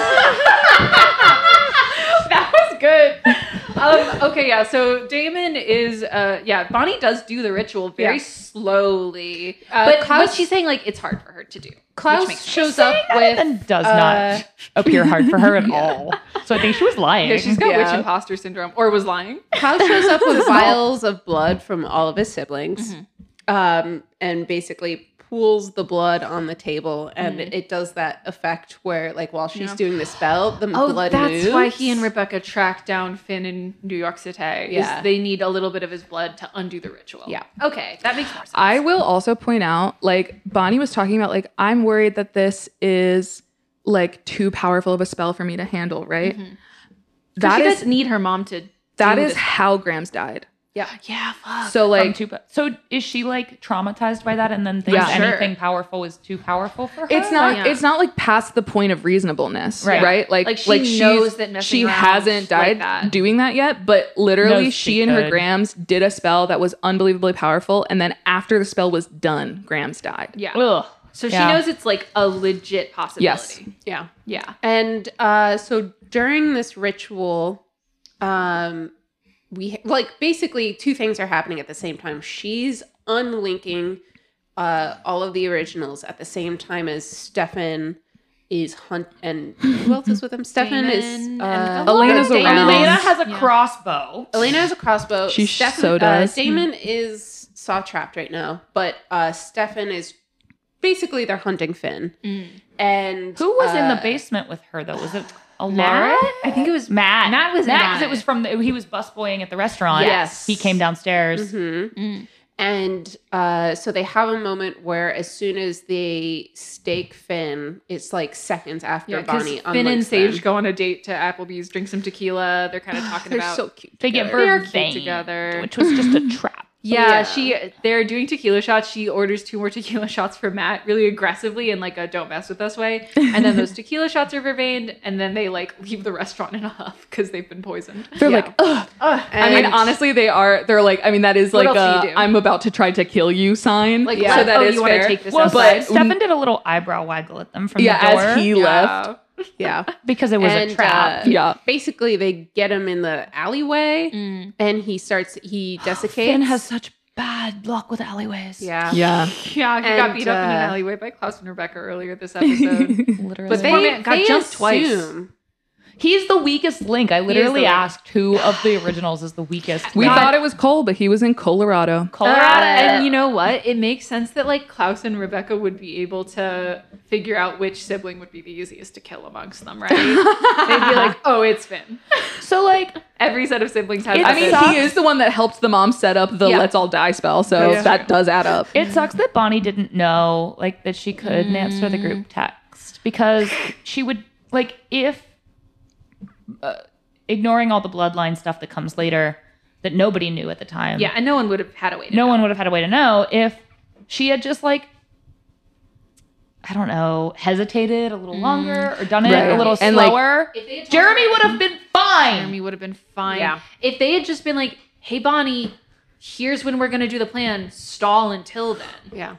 that was good. Um, okay, yeah. So Damon is, uh, yeah, Bonnie does do the ritual very slowly, Uh, but Klaus- but she's saying like it's hard for her to do. Klaus which makes sense. shows up with and does uh, not appear hard for her at all. So I think she was lying. Yeah, she's got witch Yeah. imposter syndrome, or was lying. Kyle shows up with vials of blood from all of his siblings Mm-hmm. um, and basically pools the blood on the table. And it does that effect where, like, while she's Mm-hmm. Yeah. doing the spell, the Oh, blood that's moves. why he and Rebecca track down Finn in New York City. Yeah, Yeah. they need a little bit of his blood to undo the ritual. Yeah. Okay, that makes more sense. I will also point out, like, Bonnie was talking about, like, I'm worried that this is like too powerful of a spell for me to handle, right? That Mm-hmm. she is does need her mom to. that do is this- Oh, how Grams died. Yeah. yeah. Fuck. So like like too, so is she like traumatized by that and then thinks Yeah. Sure. anything powerful is too powerful for her? it's not Oh, Yeah. it's not like past the point of reasonableness, Right. right? Like Like, she she's- knows that messing she around hasn't like died that- doing that yet, but literally Knows she she and her could. Grams did a spell that was unbelievably powerful, and then after the spell was done, Grams died. yeah. Ugh. so Yeah. she knows it's like a legit possibility. Yes. Yeah. Yeah. And uh, so during this ritual, um, we like basically two things are happening at the same time. She's unlinking uh, all of the originals at the same time as Stefan is hunt and who else is with him? Stefan Damon is and uh, Elena. Elena's Damon. around. Elena has a Yeah. crossbow. Elena has a crossbow. She Stefan, so does. Uh, Damon is saw trapped right now, but uh, Stefan is basically they're hunting Finn. And Who was in the uh, basement with her though? Was it Alara? Matt? I think it was Matt. Matt was in Matt 'cause on it was it. from the, he was busboying at the restaurant. Yes. he came downstairs. Mhm. Mm. And uh, so they have a moment where, as soon as they stake Finn, it's like seconds after Yeah, because Bonnie. Finn and unlinks Sage them. go on a date to Applebee's, drink some tequila. They're kind of talking They're about so cute. They get They are cute vervain, together. which was just a trap. yeah, Oh, Yeah. She they're doing tequila shots. She orders two more tequila shots for Matt, really aggressively in like a "don't mess with us" way. And then those tequila shots are vervained, and then they like leave the restaurant in a huff because they've been poisoned. They're Yeah. like, ugh. And I mean, honestly, they are. They're like, I mean, that is What like else do you a do? I'm about to try to kill you sign. Like, Like, yeah. so that Oh, is you wanna fair. take this Well, outside? but but Stefan did a little eyebrow waggle at them from yeah, the door as he left, Yeah. yeah. because it was And, a trap. uh, yeah, Basically, they get him in the alleyway, Mm. and he starts. He desiccates. such bad luck with alleyways. yeah. Yeah, yeah. he got And, beat up in an uh, alleyway by Klaus and Rebecca earlier this episode. literally. But they Poor man got they jumped twice. assume- he's the weakest link. I literally the- asked who of the originals is the weakest. We uh, Not thought it was Cole, but he was in Colorado. Uh, Colorado. and you know what? It makes sense that like Klaus and Rebecca would be able to figure out which sibling would be the easiest to kill amongst them, right? They'd be like, "Oh, it's Finn." so like Every set of siblings has. It a I mean, Finn. he is the one that helped the mom set up the Yeah. "Let's all die" spell, so Yeah. that does add up. it sucks that Bonnie didn't know like that she couldn't answer the Mm. group text because she would like if uh, ignoring all the bloodline stuff that comes later that nobody knew at the time. yeah, and no one would have had a way. To no know. one would have had a way to know if she had just like I don't know, hesitated a Mm. little longer or done it Right. a little And, like- slower. If they had told Jeremy her- would have been fine. Jeremy would have been fine. Yeah. If they had just been like, "Hey, Bonnie, here's when we're gonna do the plan. Stall until then." Yeah.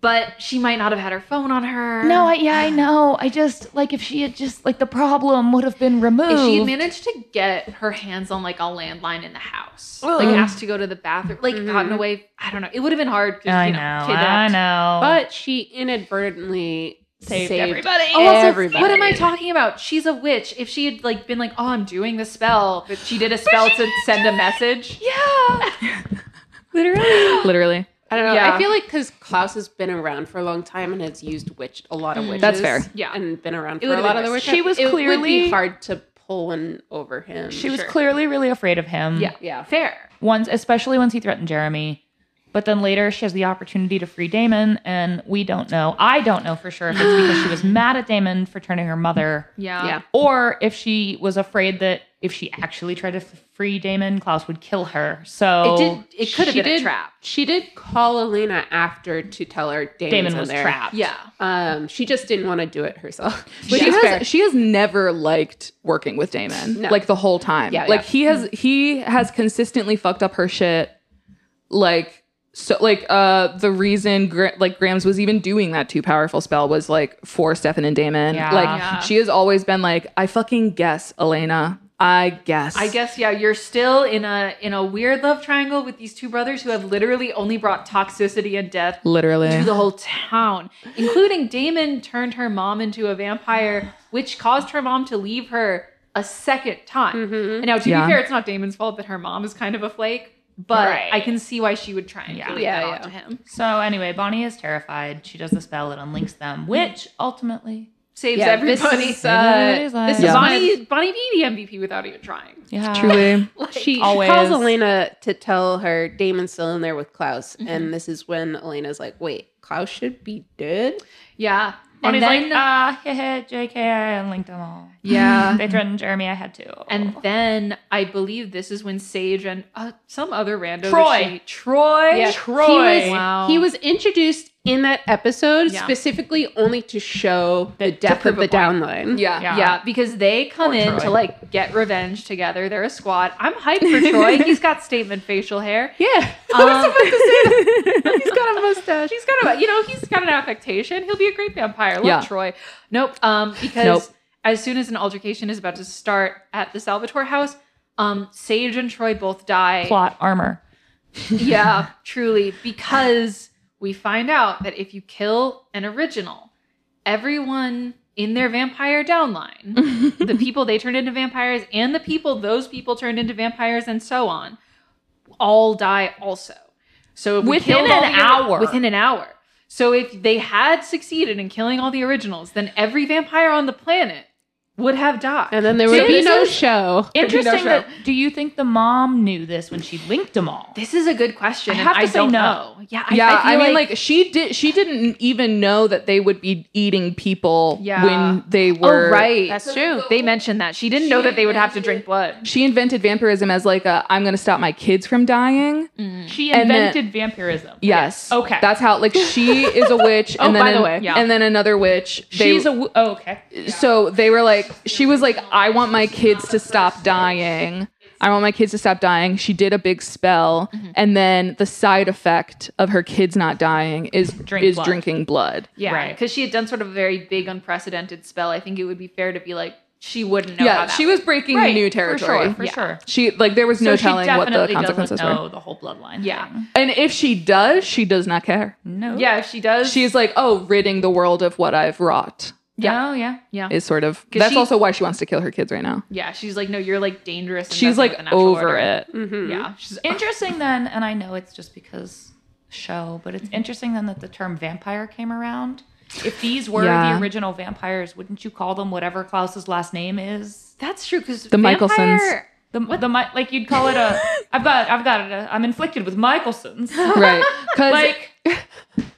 But she might not have had her phone on her. No, I, yeah, I know. I just like if she had just like the problem would have been removed. If she had managed to get her hands on like a landline in the house, like Ugh. asked to go to the bathroom, like gotten away, I don't know. It would have been hard. 'cause, I you know, I know. Oh. But she inadvertently Saved saved, everybody. Oh, also, everybody. what am I talking about? She's a witch. If she had like been like, "Oh, I'm doing the spell," but she did a spell to send a message. yeah, Literally, I don't know. Yeah. I feel like because Klaus has been around for a long time and has used witch a lot of witches. That's fair. Yeah. and been around It for a would've lot been of the worse. witches. She was it would clearly- be hard to pull one over him. she was Sure. clearly really afraid of him. Yeah. yeah. Fair. once, especially once he threatened Jeremy. But then later she has the opportunity to free Damon, and we don't know. I don't know for sure if it's because she was mad at Damon for turning her mother Yeah. Yeah. or if she was afraid that if she actually tried to f- free Damon, Klaus would kill her. So It did. It could have she been a did- trap. She did call Elena after to tell her Damon's Damon in was there. trapped. Yeah. Um, she just didn't want to do it herself. She Which is has, fair. she has never liked working with Damon. No. Like the whole time. Yeah, like yeah. he has he has consistently fucked up her shit. Like so like uh the reason Gra- like Grams was even doing that too powerful spell was like for Stefan and Damon. Yeah. Like Yeah. she has always been like I fucking guess Elena. I guess. I guess yeah, you're still in a in a weird love triangle with these two brothers who have literally only brought toxicity and death literally. to the whole town, including Damon turned her mom into a vampire, which caused her mom to leave her a second time. And now, to Yeah. be fair, it's not Damon's fault that her mom is kind of a flake, but Right. I can see why she would try and Yeah. yeah. Yeah, that yeah. onto him. So anyway, Bonnie is terrified. She does the spell. It unlinks them, which ultimately, Saves Yeah, this everybody. is, uh, Everybody's like- this is Yeah. Bonnie, Bonnie B MVP without even trying. yeah, Truly. Like, she, she Always. calls Elena to tell her Damon's still in there with Klaus, and this is when Elena's like, "Wait, Klaus should be dead." yeah. Bonnie's and then, like, ah, heh heh, Jk, I unlinked them all. yeah. They threatened Jeremy. I had to. And then I believe this is when Sage and uh, some other random Troy. Troy, Troy. He was, Wow. he was introduced in that episode Yeah. specifically only to show the, The- depth to of prove the a point. downline. yeah. Yeah. Yeah. because they come Poor in Troy. to like get revenge together. They're a squad. I'm hyped for Troy. He's got statement facial hair. Yeah. Um, He's got a mustache. he's got a, you know, he's got an affectation. He'll be a great vampire. Love Yeah. Troy. Nope. Um, because Nope. as soon as an altercation is about to start at the Salvatore house, um, Sage and Troy both die. plot armor. Yeah, truly, because we find out that if you kill an original, everyone in their vampire downline the people they turned into vampires and the people those people turned into vampires and so on all die also. So if we Within killed all an the- hour. within an hour. So if they had succeeded in killing all the originals, then every vampire on the planet would have died. And then there So would be this no is- show. Interesting. show. That, do you think the mom knew this when she linked them all? this is a good question. I and have to say don't no. know. Yeah, yeah, I, feel mean, like, she did. She didn't even know that they would be eating people Yeah. when they were. oh right, That's true. They mentioned that she didn't know that they would have to drink blood. She invented vampirism as like a I'm going to stop my kids from dying. She And then- invented vampirism. Yes. Mm-hmm. Okay. That's how like she is a witch. Oh, and then by the an- way, yeah. and then another witch. They, She's a. W- oh, okay. so they were like, she was like, I want my kids to stop dying. I want my kids to stop dying. She did a big spell, Mm-hmm. and then the side effect of her kids not dying is Drink is blood. drinking blood. Yeah, Right. because she had done sort of a very big, unprecedented spell. I think it would be fair to be like she wouldn't know. how yeah, that she was breaking Right, new for sure, territory. for Yeah. sure. She like there was no so telling she what the definitely consequences doesn't were. know the whole bloodline. Yeah. thing. And if she does, she does not care. No. Yeah, if she does. She's like, oh, ridding the world of what I've wrought Yeah. Oh, yeah. yeah, is sort of. 'Cause That's she- also why she wants to kill her kids right now. yeah. She's like, no, you're like dangerous. and She's messing like with the natural over order. it. Mhm. Yeah, she's Interesting then, and I know it's just because show, but it's interesting then that the term vampire came around. If these were Yeah. the original vampires, wouldn't you call them whatever Klaus's last name is? that's true because The Michelsons. The the mi- like you'd call it a. I've got I've got it. A, I'm inflicted with Michelsons. right? Because Like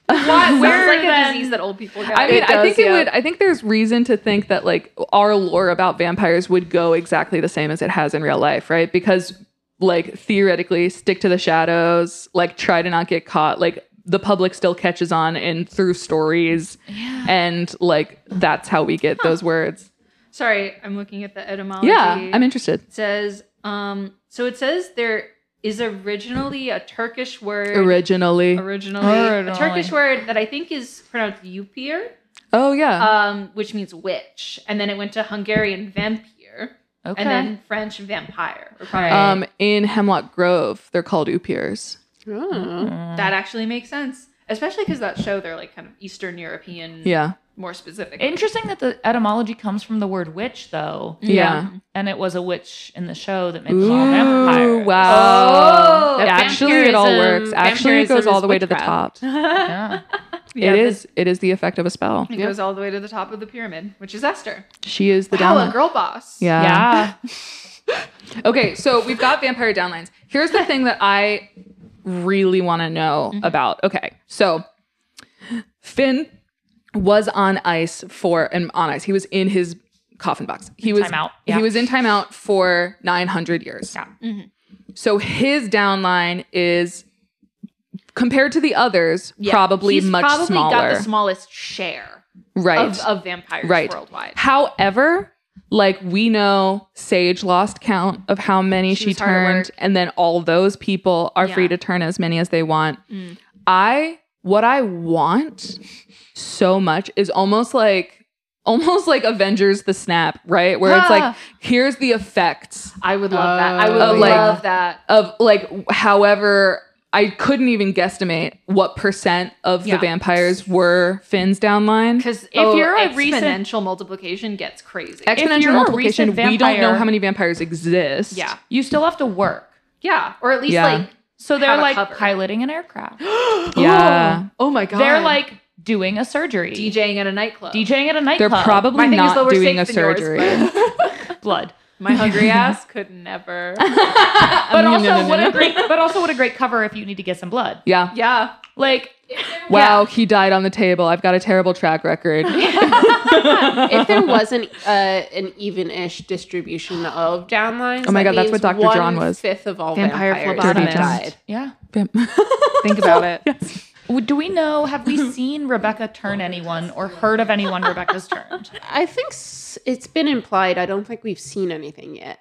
What? where Where like a then- disease that old people get. I mean, It I think does, it yeah. would. I think there's reason to think that like our lore about vampires would go exactly the same as it has in real life, right? Because like theoretically, stick to the shadows, like try to not get caught, like the public still catches on and through stories, and like that's how we get those words. sorry, I'm looking at the etymology. Yeah, I'm interested. it says um. So it says there is originally a Turkish word. Originally, Originally, a Originally. Turkish word that I think is pronounced "upir," oh uh, yeah, um, which means witch, and then it went to Hungarian vampire, okay. and then French vampire. Uh, All right. um, in Hemlock Grove, they're called upirs. Oh. Uh, That actually makes sense, especially because that show they're like kind of Eastern European, Yeah, more specific. Interesting that the etymology comes from the word witch, though. Mm-hmm. Mm-hmm. yeah. And it was a witch in the show that mentioned all vampires. wow. Oh. Yeah, actually, it all works. Vampirism- Actually, it goes vampirism all is the way to the top. witchcraft. Yeah. it is. It is the effect of a spell. It goes all the way to the top of the pyramid, which is Esther. She is the Wow, down. a girl boss. Yeah. yeah. Okay, so we've got vampire downlines. Here's the thing that I really want to know about. Okay, so Finn was on ice for and on ice. He was in his coffin box. He was Time out. Yeah. he was in timeout for 900 years. Yeah. Mhm. So his downline is compared to the others probably He's much probably smaller. got the smallest share right. of, of vampires Right. worldwide. However, like we know Sage lost count of how many She she, was hard at turned work. and then all those people are Yeah. free to turn as many as they want. Mm. I what I want so much is almost like almost like Avengers the Snap, right? Where it's Ah. like here's the effects I would love that. I would Oh, like- love that. of like however I couldn't even guesstimate what percent of Yeah. the vampires were Finn's downline. Because if Oh, you're a recent- exponential multiplication gets crazy. you're a Exponential multiplication, recent we don't know vampire- how many vampires exist. Yeah. You still have to work. yeah, or at least Yeah. like So they're Have a like cover. piloting an aircraft. Yeah. Oh, oh my god, They're like doing a surgery. DJing at a nightclub. DJing at a They're nightclub. probably My thing is not lower doing a stakes than yours, surgery. blood. My hungry ass could never. But no, also no, no, what no. a great but also what a great cover if you need to get some blood. yeah. Yeah. Like Wow, he died on the table. I've got a terrible track record. if there wasn't uh, an even-ish distribution of downlines, Oh my God, that that's means what Dr. John was. Fifth of all Vampire vampires phlebotomist. have died. yeah. Think about it. W- Do we know? Have we seen Rebecca turn anyone or heard of anyone Rebecca's turned? I think s- it's been implied. I don't think we've seen anything yet.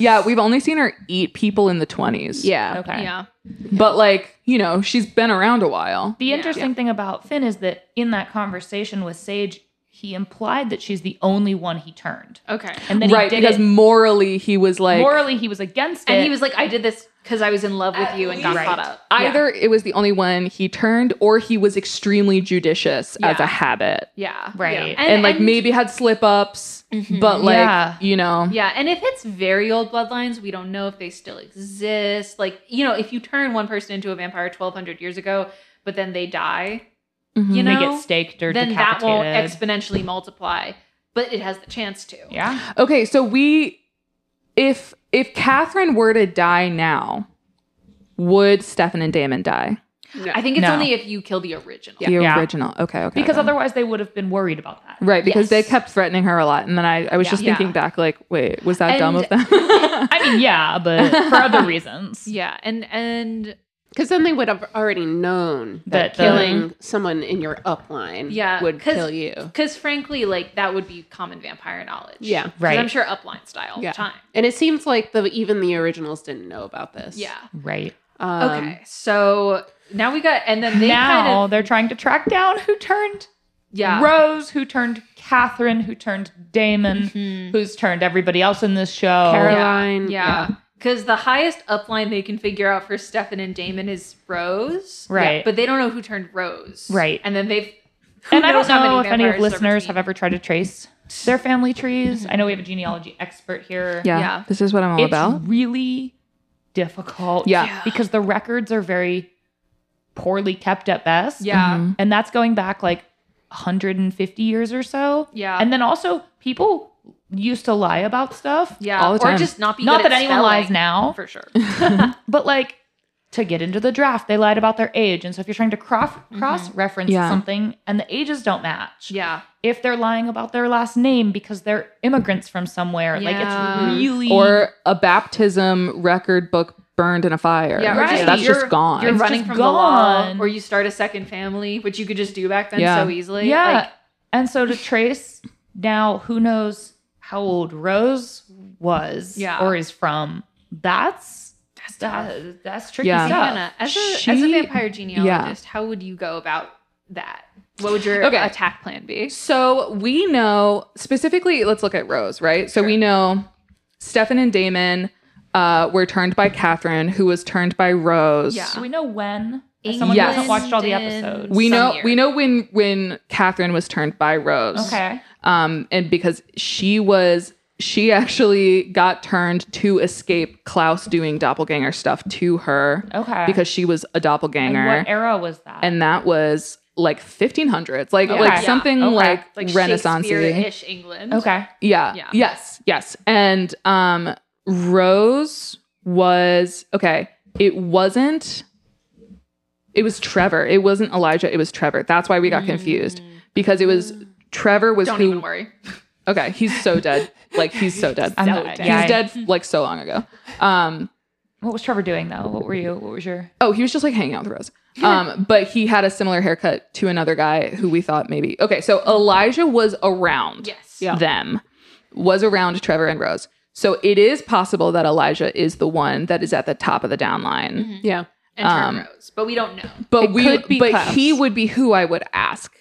yeah, we've only seen her eat people in the 20s. Yeah, okay. Yeah. But like, you know, she's been around a while. The interesting thing about Finn is that in that conversation with Sage, he implied that she's the only one he turned, Okay. and then right, he did because it. morally he was like morally he was against it, And he was like, I did this because I was in love with you and got least- caught up. either it was the only one he turned or he was extremely judicious as Yeah. a habit. Yeah. Right. Yeah. And, And, like maybe had slip ups, but like, Yeah. you know. Hmm. Yeah, and if it's very old bloodlines, we don't know if they still exist. Like, you know, if you turn one person into a vampire 1200 years ago, but then they die, Mhm. you they know, get staked or then that decapitated. won't exponentially multiply, but it has the chance to. yeah, Okay, so we if if Catherine were to die now, would Stefan and Damon die? I think it's No. only if you kill the original. The Yeah. original. Okay, okay. because okay. otherwise they would have been worried about that. Right, because Yes. they kept threatening her a lot. And then I, I was just Yeah. thinking back, like, wait, was that And- dumb of them? I mean, yeah, but for other reasons. Yeah, and and because then they would have already known that, That the- killing someone in your upline, Yeah, would 'cause- kill you. because frankly, like that would be common vampire knowledge. Yeah. 'Cause Right. I'm sure upline style Yeah. time. And it seems like the even the originals didn't know about this. Yeah. Right Um, Okay, so now we got, and then they now, kind of they're trying to track down who turned yeah. Rose, who turned Catherine, who turned Damon, Mhm. who's turned everybody else in this show. Caroline. Yeah. Because the highest upline they can figure out for Stefan and Damon is Rose. Right. But they don't know who turned Rose. Right. And then they've. who and I don't knows how know if any vampires of there listeners between. have ever tried to trace their family trees. I know we have a genealogy expert here. yeah, Yeah. This is what I'm all it's about. really difficult. Yeah. Yeah. because the records are very poorly kept at best. Yeah. Mhm. and that's going back like 150 years or so. Yeah. and then also people used to lie about stuff. Yeah. all the Or time. just not be Not good that at anyone spelling, lies now, For sure. but like to get into the draft, they lied about their age. And so if you're trying to cross cross reference Yeah. something and the ages don't match, Mm-hmm. Yeah. if they're lying about their last name because they're immigrants from somewhere. Yeah. Like it's really Or a baptism record book burned in a fire. Yeah. or Right. Just- just That's you're- just gone. You're It's running just from the law. gone. Or you start a second family, which you could just do back then Yeah. so easily. yeah. Like, and so to trace now, who knows how old Rose was Yeah. or is from? That's that's tough. that, that's tricky Yeah. stuff. Hannah, as, a, as a She- vampire genealogist, how would you go about that? What would your Okay. attack plan be? So we know specifically, let's look at Rose, right? So we know Stefan and Damon uh, were turned by Catherine, who was turned by Rose. Yeah. So we know when. as Someone Yes. who hasn't watched all the England. episodes. We Some know year. we know when when Catherine was turned by Rose. okay. Um, and because she was she actually got turned to escape Klaus doing doppelganger stuff to her Okay. because she was a and doppelganger. what era was that? and that was like 1500s like Okay. like Yeah. something Okay. like, Like renaissance yeah. ish England. okay. Yeah. yes yes and um rose was okay it wasn't it was trevor it wasn't elijah it was trevor that's why we got confused because it was trevor was Mm. Don't who even worry. Okay, he's so dead. Like he's so dead. I'm he's not- dead. yeah, I- like so long ago. Um What was Trevor doing though? What were you? What was your? oh, he was just like hanging out with Rose. Um but he had a similar haircut to another guy who we thought maybe. Okay, so Elijah was around Yes. them. Was around Trevor and Rose. So it is possible that Elijah is the one that is at the top of the down line. Yeah. And Trevor Um, Rose, but we don't know. But It we could be but Cubs. he would be who I would ask.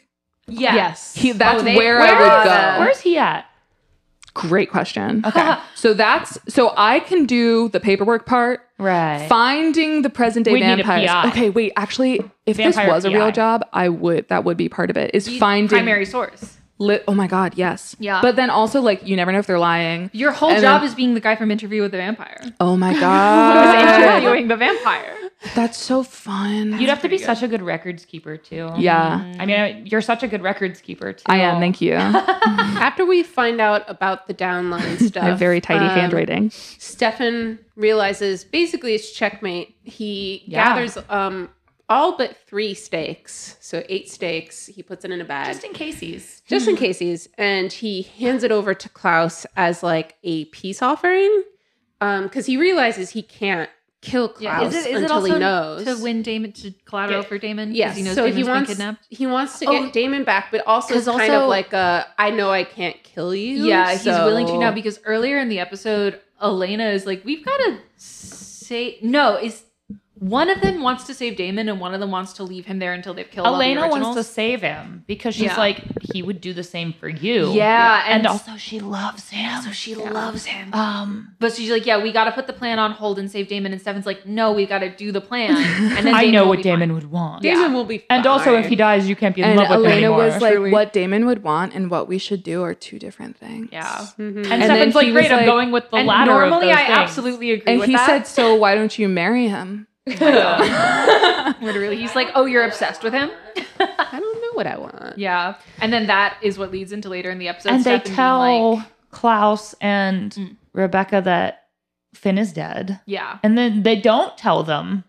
Yeah. He that's Oh, they- where, where I are would go. the- Where's he at? Great question. Okay. so that's so I can do the paperwork part. Right. Finding the present day We'd need a vampires. PI. Okay, wait. Actually, if Vampire this was a PI. real job, I would. That would be part of it. Is You- finding primary source. Li- oh my god, yes. Yeah. But then also like you never know if they're lying. Your whole And job then- is being the guy from Interview with the Vampire. Oh my Who's god, interviewing the vampire. that's so fun. You'd have to be pretty good. such a good records keeper too. yeah, I mean, I- you're such a good records keeper too. I am. Thank you. I After we find out about the downline stuff, have very tidy um, handwriting. Stefan realizes basically it's checkmate. He Yeah. gathers um all but three stakes, so eight stakes. He puts it in a bag just in, case he's. case he's, and he hands it over to Klaus as like a peace offering, because he realizes he can't kill Yeah. Klaus Is it, is it until also he knows to win Damon to collateral for Damon? 'Cause Yes, He knows so Damon's he wants been kidnapped. he wants to Oh. get Damon back, but also 'Cause it's kind of also- like a I know I can't kill you. Yeah, he's so- willing to now because earlier in the episode, Elena is like, "We've got to say no." Is one of them wants to save Damon and one of them wants to leave him there until they've killed Elena all the wants to originals? save him because she's Yeah. like, he would do the same for you. Yeah, And, and- also, she loves him. So she loves him, um, but she's like, "Yeah, we got to put the plan on hold and save Damon." And Stefan's like, "No, we got to do the plan." And then I Damon know will what be fine. Damon would want. Damon will be. And also, if he fine. dies, you can't be in And love with him Elena anymore. was like, "What Damon would want and what we should do are two different things." Yeah. Mhm. and, And then Stefan's like, he was great, I'm like- going with the and latter. of normally, those I things." absolutely agree And with he that. said, "So why don't you marry him?" Literally, he's like, "Oh, you're obsessed with him." I don't know what I want. Yeah, and then that is what leads into later in the episode. And they Stefan being tell like, Klaus and Mm. Rebecca that Finn is dead. yeah, And then they don't tell them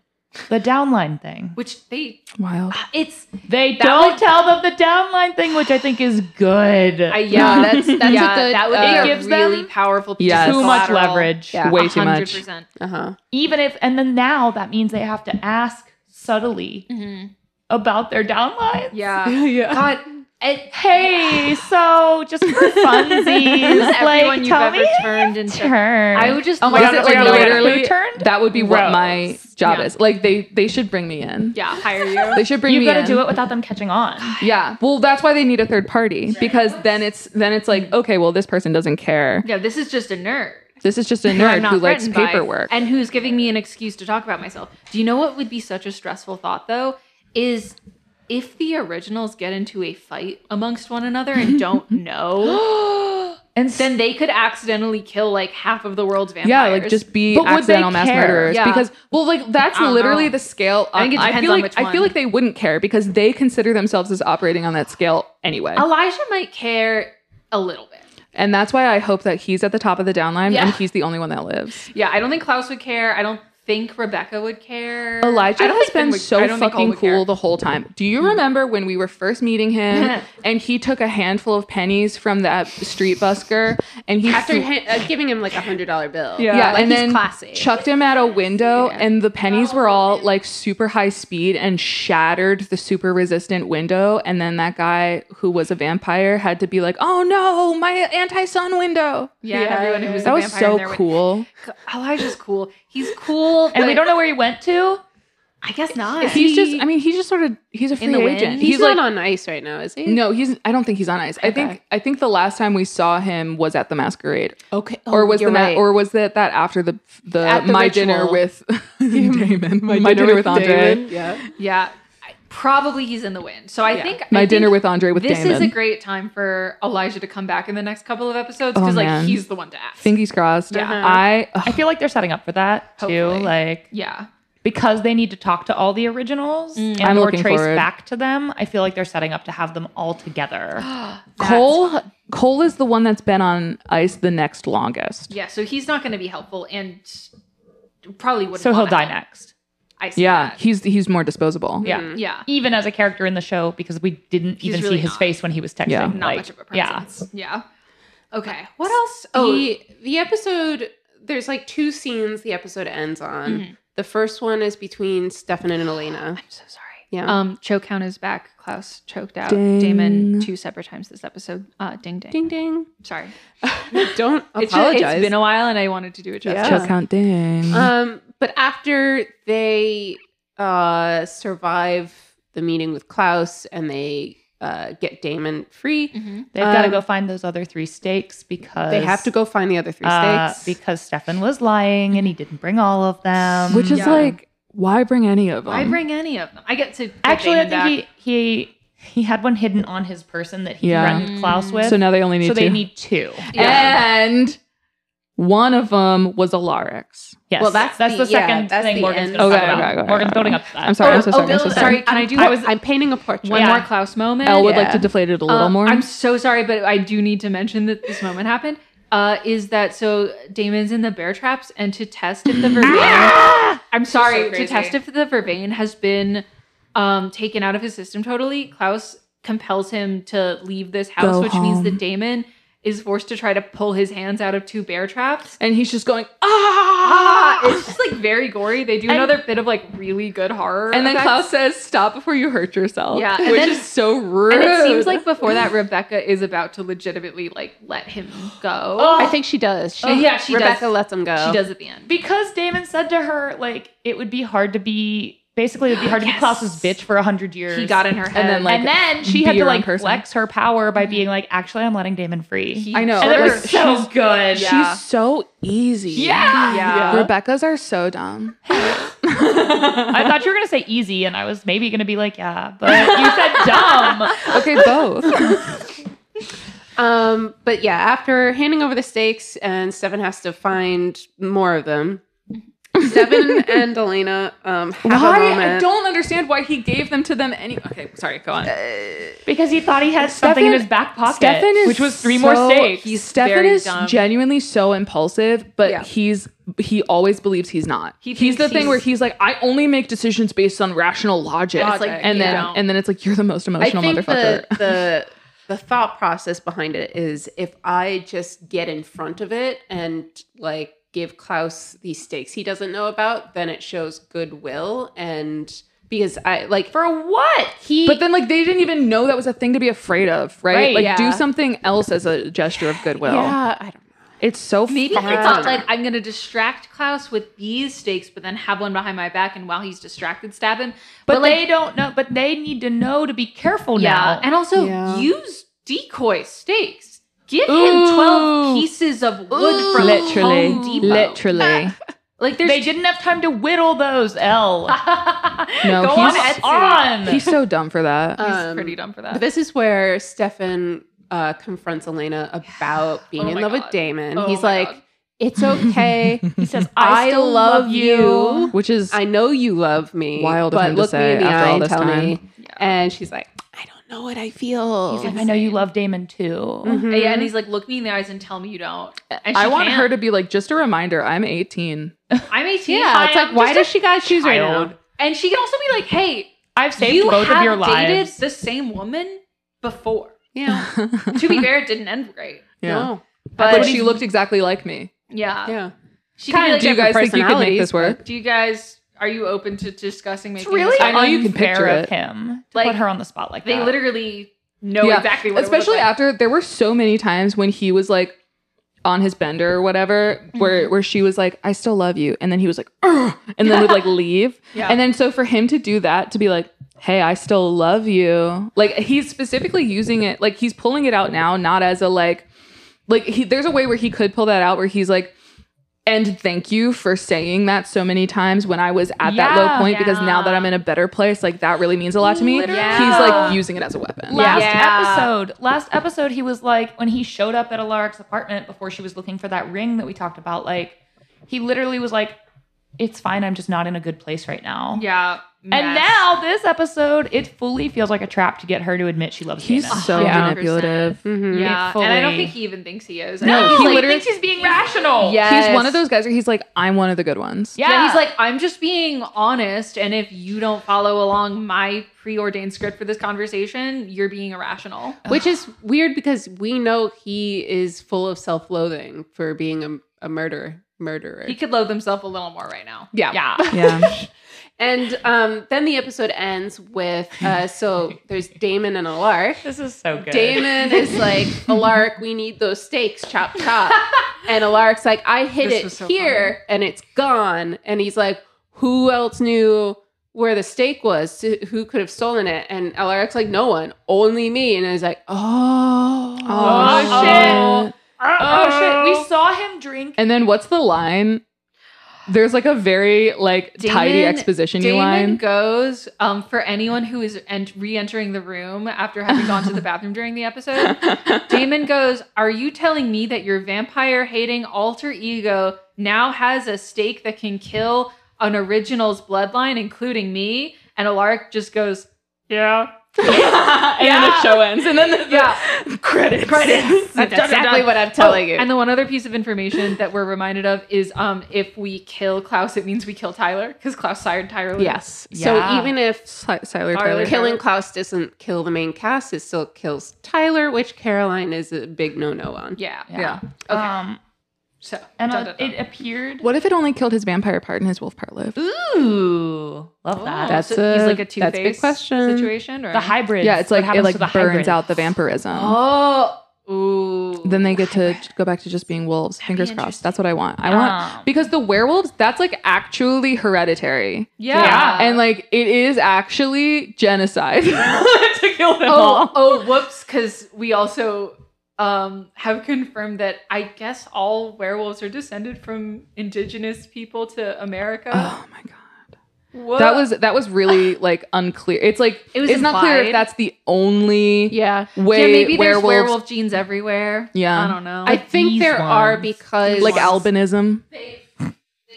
the downline thing. which they uh, Wild. it's They That don't would- tell them the downline thing, which I think is good. I, yeah, that's that's Yeah, a good. That would be uh, a gives them really powerful. Piece Yes. of Too much collateral. leverage. Yeah. Way too much. 100%. Uh uh-huh. huh. Even if, and then now that means they have to ask subtly about their downline. Yeah. yeah. God. It, Hey, so just for who's funsies, everyone like, you've tell ever me turned into? turn. I would just. Oh my love god, it like when you- literally turned that would be what my Rose. job Yeah. is. Like they they should bring me in. Yeah, hire you. They should bring You've me got to in. do it without them catching on. Yeah. Well, that's why they need a third party because then it's then it's like, okay, well this person doesn't care. Yeah, this is just a nerd. This is just a who I'm nerd not who likes threatened by paperwork. and who's giving me an excuse to talk about myself. Do you know what would be such a stressful thought though? Is if the originals get into a fight amongst one another and don't know, And then they could accidentally kill like half of the world's vampires. yeah, like just be But would they accidental mass care? murderers Yeah. because well, like that's I don't literally know. the scale. I think it um, depends feel on like which I one. feel like they wouldn't care because they consider themselves as operating on that scale anyway, Elijah might care a little bit. and that's why I hope that he's at the top of the downline Yeah. and he's the only one that lives. Yeah, I don't think Klaus would care. I don't think Rebecca would care. Elijah I don't has think Finn been would- I don't so think Cole fucking would cool care. Mm-hmm. the whole time. Do you remember when we were first meeting him and he took a handful of pennies from that street busker and he After threw- ha- uh, giving him like a hundred dollar bill. yeah, like and he's then classy. chucked him at a window Yeah. and the pennies were all like super high speed and shattered the super resistant window and then that guy who was a vampire had to be like, "Oh no, my anti-sun window." Yeah, and everyone who was That a was vampire in so there would- cool. Elijah's cool. He's cool, and but we don't know where he went to. I guess not. He's just I mean, he's just sort of he's a free In the wind? agent. He's, like not on ice right now, is he? No, he's. I don't think he's on ice. I think. I think the last time we saw him was at the masquerade. Okay. or was the Oh, you're ma- right. or was that that after the the, At the my ritual. dinner with Damon? My, dinner, with Andre. Yeah. yeah, I- probably he's in the wind. So I think My I dinner think with Andre with This Damon. is a great time for Elijah to come back in the next couple of episodes Oh, because like man. he's the one to ask. Fingers crossed. Yeah. I. I feel like they're setting up for that too, Hopefully. like yeah, because they need to talk to all the originals and I'm or looking trace forward. back to them. I feel like they're setting up to have them all together. Cole. Cole is the one that's been on ice the next longest. yeah. So he's not going to be helpful and probably wouldn't. so he'll wanna die help. next. I see Yeah, that. he's he's more disposable. Yeah. yeah. Even as a character in the show, because we didn't Mm-hmm. He's even really see his not. face when he was texting. Yeah. Not like, much of a Yeah. presence. Yeah. Okay. What else? Oh. The, the episode, there's like two scenes the episode ends on. Mm-hmm. The first one is between Stefan and Elena. I'm so sorry. Yeah. Um, choke count is back. Klaus choked out Ding. Damon two separate times this episode. Uh, ding ding. ding ding. Sorry. Don't It's, just- apologize. it's been a while, and I wanted to do a justice. Yeah. Choke count ding. um, but after they uh, survive the meeting with Klaus and they uh, get Damon free, Mhm. They've got to Um, go find those other three stakes because they have to go find the other three uh, stakes. because Stefan was lying and he didn't bring all of them. Which is yeah. like, why bring any of them? Why bring any of them? I get to get actually, Damon I back. think he he he had one hidden on his person that he Yeah. Mm. threatened Klaus with. so now they only need so two. they need two. Yeah. And one of them was Alarix. Yes. Well, that's that's the- the, yeah, second that's thing the Morgan's end. gonna talk Okay, about. okay, okay, okay, Morgan's okay. building up to that. I'm sorry. Oh, I'm so sorry. I'm so Bill, sorry. sorry. Can I do I I was, was- I'm painting a portrait. one Yeah. more Klaus moment? Elle would Yeah. like to deflate it a little Um, more. I'm so sorry, but I do need to mention that this moment happened. Uh, is that so? Damon's in the bear traps, and to test Ah! if the vervain, I'm sorry, to crazy. test if the vervain has been um, taken out of his system totally. Klaus compels him to leave this house, Go which means home. that Damon is forced to try to pull his hands out of two bear traps. and he's just going, Oh, ah! Ah, it's just like very gory. They do another bit of like really good horror, And then effects. Klaus says, stop before you hurt yourself. Yeah, and Which then- is so rude. And it seems like before that, Rebecca is about to legitimately like let him go. I think she does. She, Oh, yeah, she does. Rebecca lets him go. she does at the end. because Damon said to her like it would be hard to be basically it would be hard to be Yes. Klaus's bitch for a hundred years. He got in her head. then, like, and then she be had to your own like person. flex her power by being like, actually, I'm letting Damon free. He I know. and it sure- was so good. Yeah. She's so easy. Yeah. Yeah. Rebecca's are so dumb. I thought you were gonna say easy, and I was maybe gonna be like, yeah, but you said dumb. Okay, both. Um, but yeah, after handing over the stakes and Stefan has to find more of them, Stefan and Elena um, have a why? I moment. don't understand why he gave them to them any. Okay, sorry, go on. Uh, Because he thought he had something in Stefan- his back pocket, Stefan is which was three so- more stakes. He's Stefan very is dumb. genuinely so impulsive, but Yeah. he's he always believes he's not. He he's the thinks thing he's- where he's like, I only make decisions based on rational logic. It's like, and you then don't. and then it's like you're the most I emotional think the, motherfucker. the the thought process behind it is if I just get in front of it and like give Klaus these stakes he doesn't know about, then it shows goodwill and because I like For what? he but then like they didn't even know that was a thing to be afraid of, right? Right, like yeah. do something else as a gesture of goodwill. yeah I don't It's so Maybe he fucking thought like I'm gonna distract Klaus with these stakes, but then have one behind my back, and while he's distracted, stab him. But, like, they don't know. But they need to know to be careful yeah, now. and also Yeah. use decoy stakes. Give him Ooh. twelve pieces of wood from literally, Home Depot. literally. Like there's they didn't have time to whittle those. L. No, Go on, he's- Etsy. on. He's so dumb for that. He's Um, pretty dumb for But that. this is where Stefan uh, confronts Elena about being Oh in my love with God. Damon. Oh He's my like, God. it's okay. he says, I love you. Which is I know you love me. Wild of but him to look me say in the after eye all and this tell time. me. And she's like, I don't know what I feel. He's like, I know you love Damon "Oh, too. Mhm. Yeah, and he's like, look me in the eyes and tell me you don't. And I she want can't. her to be like, just a reminder, I'm 18. I'm 18. yeah, it's I like, am why just a- does she got shoes right now? child. And she can also be like, hey, I've saved you both have of your dated lives. the same woman before. Yeah. to be fair, it didn't end great. yeah. No. But, But she looked exactly like me. Uh, yeah, Yeah. She Kinda, kind of do you guys think you could make this work? Do you guys? Are you open to discussing making? this I happen? know you you can can picture it. of him to Like, put her on the spot like They that. literally know Yeah, exactly what. it would Especially look like. after there were so many times when he was like on his bender or whatever, Mm-hmm. where where she was like, I still love you. And then he was like, "Ugh," and then would like leave. Yeah. And then so for him to do that, to be like, hey, I still love you. Like he's specifically using it, like he's pulling it out now, not as a like like he there's a way where he could pull that out where he's like, and thank you for saying that so many times when I was at that low Yeah. point because now that Yeah. I'm in a better place, like that really means a lot to me. Literally. He's Yeah. like using it as a weapon. Last Yeah. episode, last episode, he was like when he showed up at Alaric's apartment before she was looking for that ring that we talked about. Like, he literally was like, "It's fine. I'm just not in a good place right now." yeah, And now this episode, it fully feels like a trap to get her to admit she loves he's Kanan. so Yeah. manipulative. Mhm. Yeah, and I don't fully- think he even thinks he is. No, I think he like, literally- thinks he's being rational. He's one of those guys where he's like, I'm one of the good ones. Yeah, Yeah. he's like, I'm just being honest, and if you don't follow along my preordained script for this conversation, you're being irrational. Which is weird because we know he is full of self loathing for being a, a murderer. Murderer. He could loathe himself a little more right now. yeah. Yeah. Yeah. And um, then the episode ends with uh, so there's Damon and Alark. This is so good. Damon is like, Alark, we need those steaks chop chop. and Alark's like, I hid This it was so here and it's gone. And he's like, who else knew where the steak was? Who- Who could have stolen it? And Alark's like, no one, only me. And he's like, oh, Oh, shit. Uh-oh. We saw him drink. And then what's the line? There's like a very like tidy Damon- exposition Damon line. goes um, for anyone who is en- re-entering the room after having gone to the bathroom during the episode. Damon goes, "Are you telling me that your vampire-hating alter ego now has a stake that can kill an original's bloodline, including me?" And Alaric just goes, "Yeah, and then the show ends. And then the, yeah." credits. Credits. That's exactly what I'm telling you. Oh, And the one other piece of information that we're reminded of is, um, if we kill Klaus, it means we kill Tyler because Klaus sired Tyler. Yes. So Yeah. even if Sil- Tyler. Siler Tyler. killing Klaus doesn't kill the main cast, it still kills Tyler, which Caroline is a big no no on. Yeah. Yeah. Um, So and uh, dun, dun, dun. it appeared. What if it only killed his vampire part and his wolf part lived? Ooh, love that. That's Oh, so he's a- like a that's a two big face question. situation, or the hybrid. Yeah, it's like it like burns out the vampirism. Oh, ooh. Then they get to j- go back to just being wolves. Fingers crossed. That's what I want. I Um. want because the werewolves, that's like actually hereditary. yeah. Yeah. And like it is actually genocide to kill them oh, all. oh, whoops! Because we also um have confirmed that I guess all werewolves are descended from indigenous people to America. Oh my god. Whoa. That was that was really like unclear. It's like It was it's not clear if implied. that's the only Yeah. way yeah. Maybe there's werewolves werewolf genes everywhere. Yeah. I don't know. I think these there are ones. because like albinism.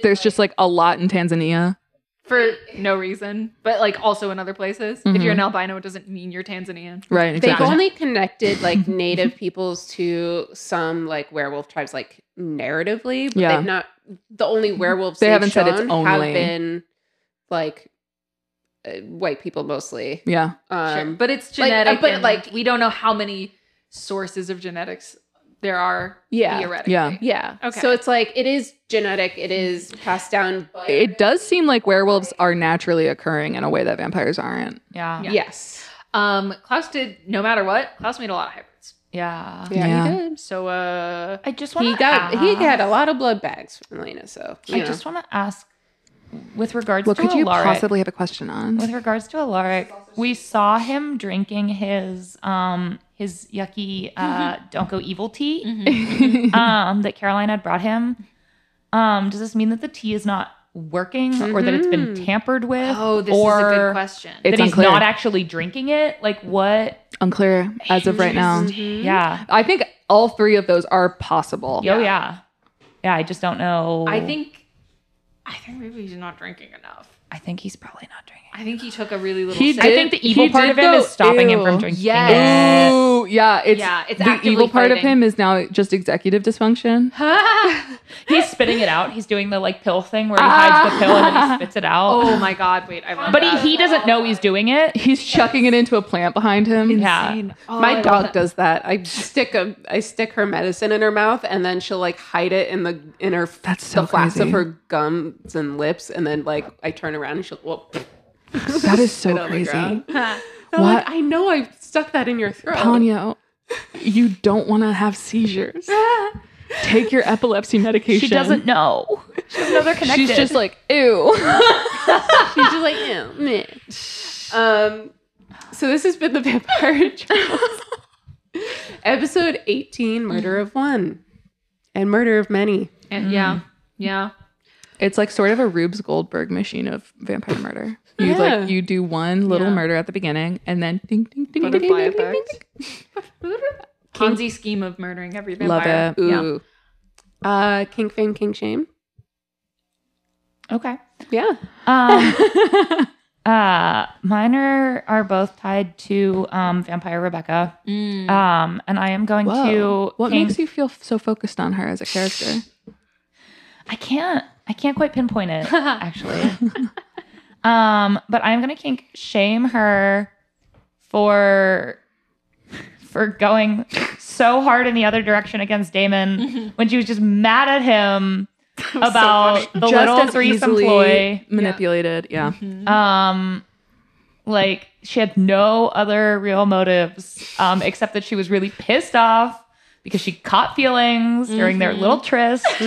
There's just like a lot in Tanzania. for no reason, but like also in other places. If Mhm. you're an albino, it doesn't mean you're Tanzanian. Right, They've exactly. only connected like native peoples to some like werewolf tribes, like narratively. But Yeah. they've not the only werewolves They they've haven't said it's shown only. have been like uh, white people mostly. yeah. Um, sure. But it's like, uh, genetic. but, and like- we don't know how many sources of genetics there are Yeah. theoretically. Yeah. yeah. Okay. So it's like it is genetic. It is passed down. But It does seem like werewolves are naturally occurring in a way that vampires aren't. Yeah. Yeah. yes. Um, Klaus did no matter what. Klaus made a lot of hybrids. Yeah. Yeah, Yeah. he did. So uh, I just want He got he had a lot of blood bags from Elena. So you I know. just want to ask, with regards What to could you Alaric- possibly have a question on? With regards to Alaric, we saw him drinking his um his yucky uh Mm-hmm. don't go evil tea um that Caroline had brought him. Um, does this mean that the tea is not working or that it's been tampered with? Mm-hmm. oh, this or is a good question. It's That he's unclear. not actually drinking it? Like what? Unclear as of right now. Mm-hmm. Yeah. I think all three of those are possible. Oh yeah. Yeah, I just don't know. I think, I think maybe he's not drinking enough. I think he's probably not drinking. I think he took a really little. He sip. I did- think the evil he part did of him go, is stopping him "Ew." from drinking. Yes. it. Ooh, yeah, it's, Yeah, it's the actively evil part of fighting. him is now just executive dysfunction. He's spitting it out. He's doing the like pill thing where he hides the pill and then he spits it out. Oh my god! Wait, I want. But he, that. he doesn't know he's doing it. He's chucking it into a plant behind him. Yeah. Oh, I My love dog that. does that. I stick a I stick her medicine in her mouth and then she'll like hide it in the in her That's so the flaps crazy. of her gums and lips and then like I turn around and she'll well That is so spit on the crazy. ground. I'm What? like, I know I stuck that in your throat. Ponyo, you don't want to have seizures. Take your epilepsy medication. She doesn't know. She doesn't know they're connected. She's just like, ew. She's just like, "Ew, meh." Um so this has been the Vampire Trials. Episode 18, Murder of One. And Murder of Many. And- Yeah, yeah. It's like sort of a Rube's Goldberg machine of vampire murder. You Yeah. like you do one little Yeah. murder at the beginning and then ding ding ding ding ding Butterfly ding, ding, effect. Ponzi scheme of murdering every ding. Love vampire. it. Yeah. Ooh. Uh King Fame, King Shame. okay. Yeah. Um, uh, Uh, mine are, are both tied to um, Vampire Rebecca. Um, and I am going to. What King- makes you feel so focused on her as a character? I can't. I can't quite pinpoint it actually. um, but I'm gonna kink shame her for for going so hard in the other direction against Damon when she was just mad at him about the little threesome ploy. manipulated. Yeah. Um, like she had no other real motives um, except that she was really pissed off because she caught feelings during their little Mm-hmm.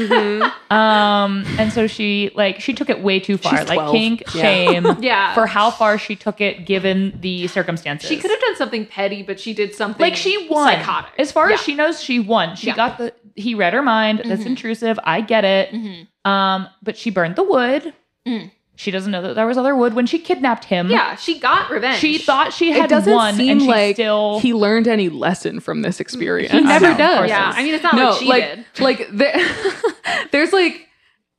tryst. Um, and so she like she took it way too far, She's like 12. kink shame Yeah. for how far she took it given the circumstances. She could have done something petty, but she did something like she won. Psychotic. As far Yeah. as she knows, she won. She Yeah. got the he read her mind. That's Mhm. intrusive. I get it. Mhm. Um, but she burned the wood. Mm. She doesn't know that there was other wood when she kidnapped him. yeah, she got revenge. She thought she It had doesn't won, seem and she like still. he learned any lesson from this experience. He never know, of does. course Yeah, not. I mean it's not no, like she like did. like there, there's like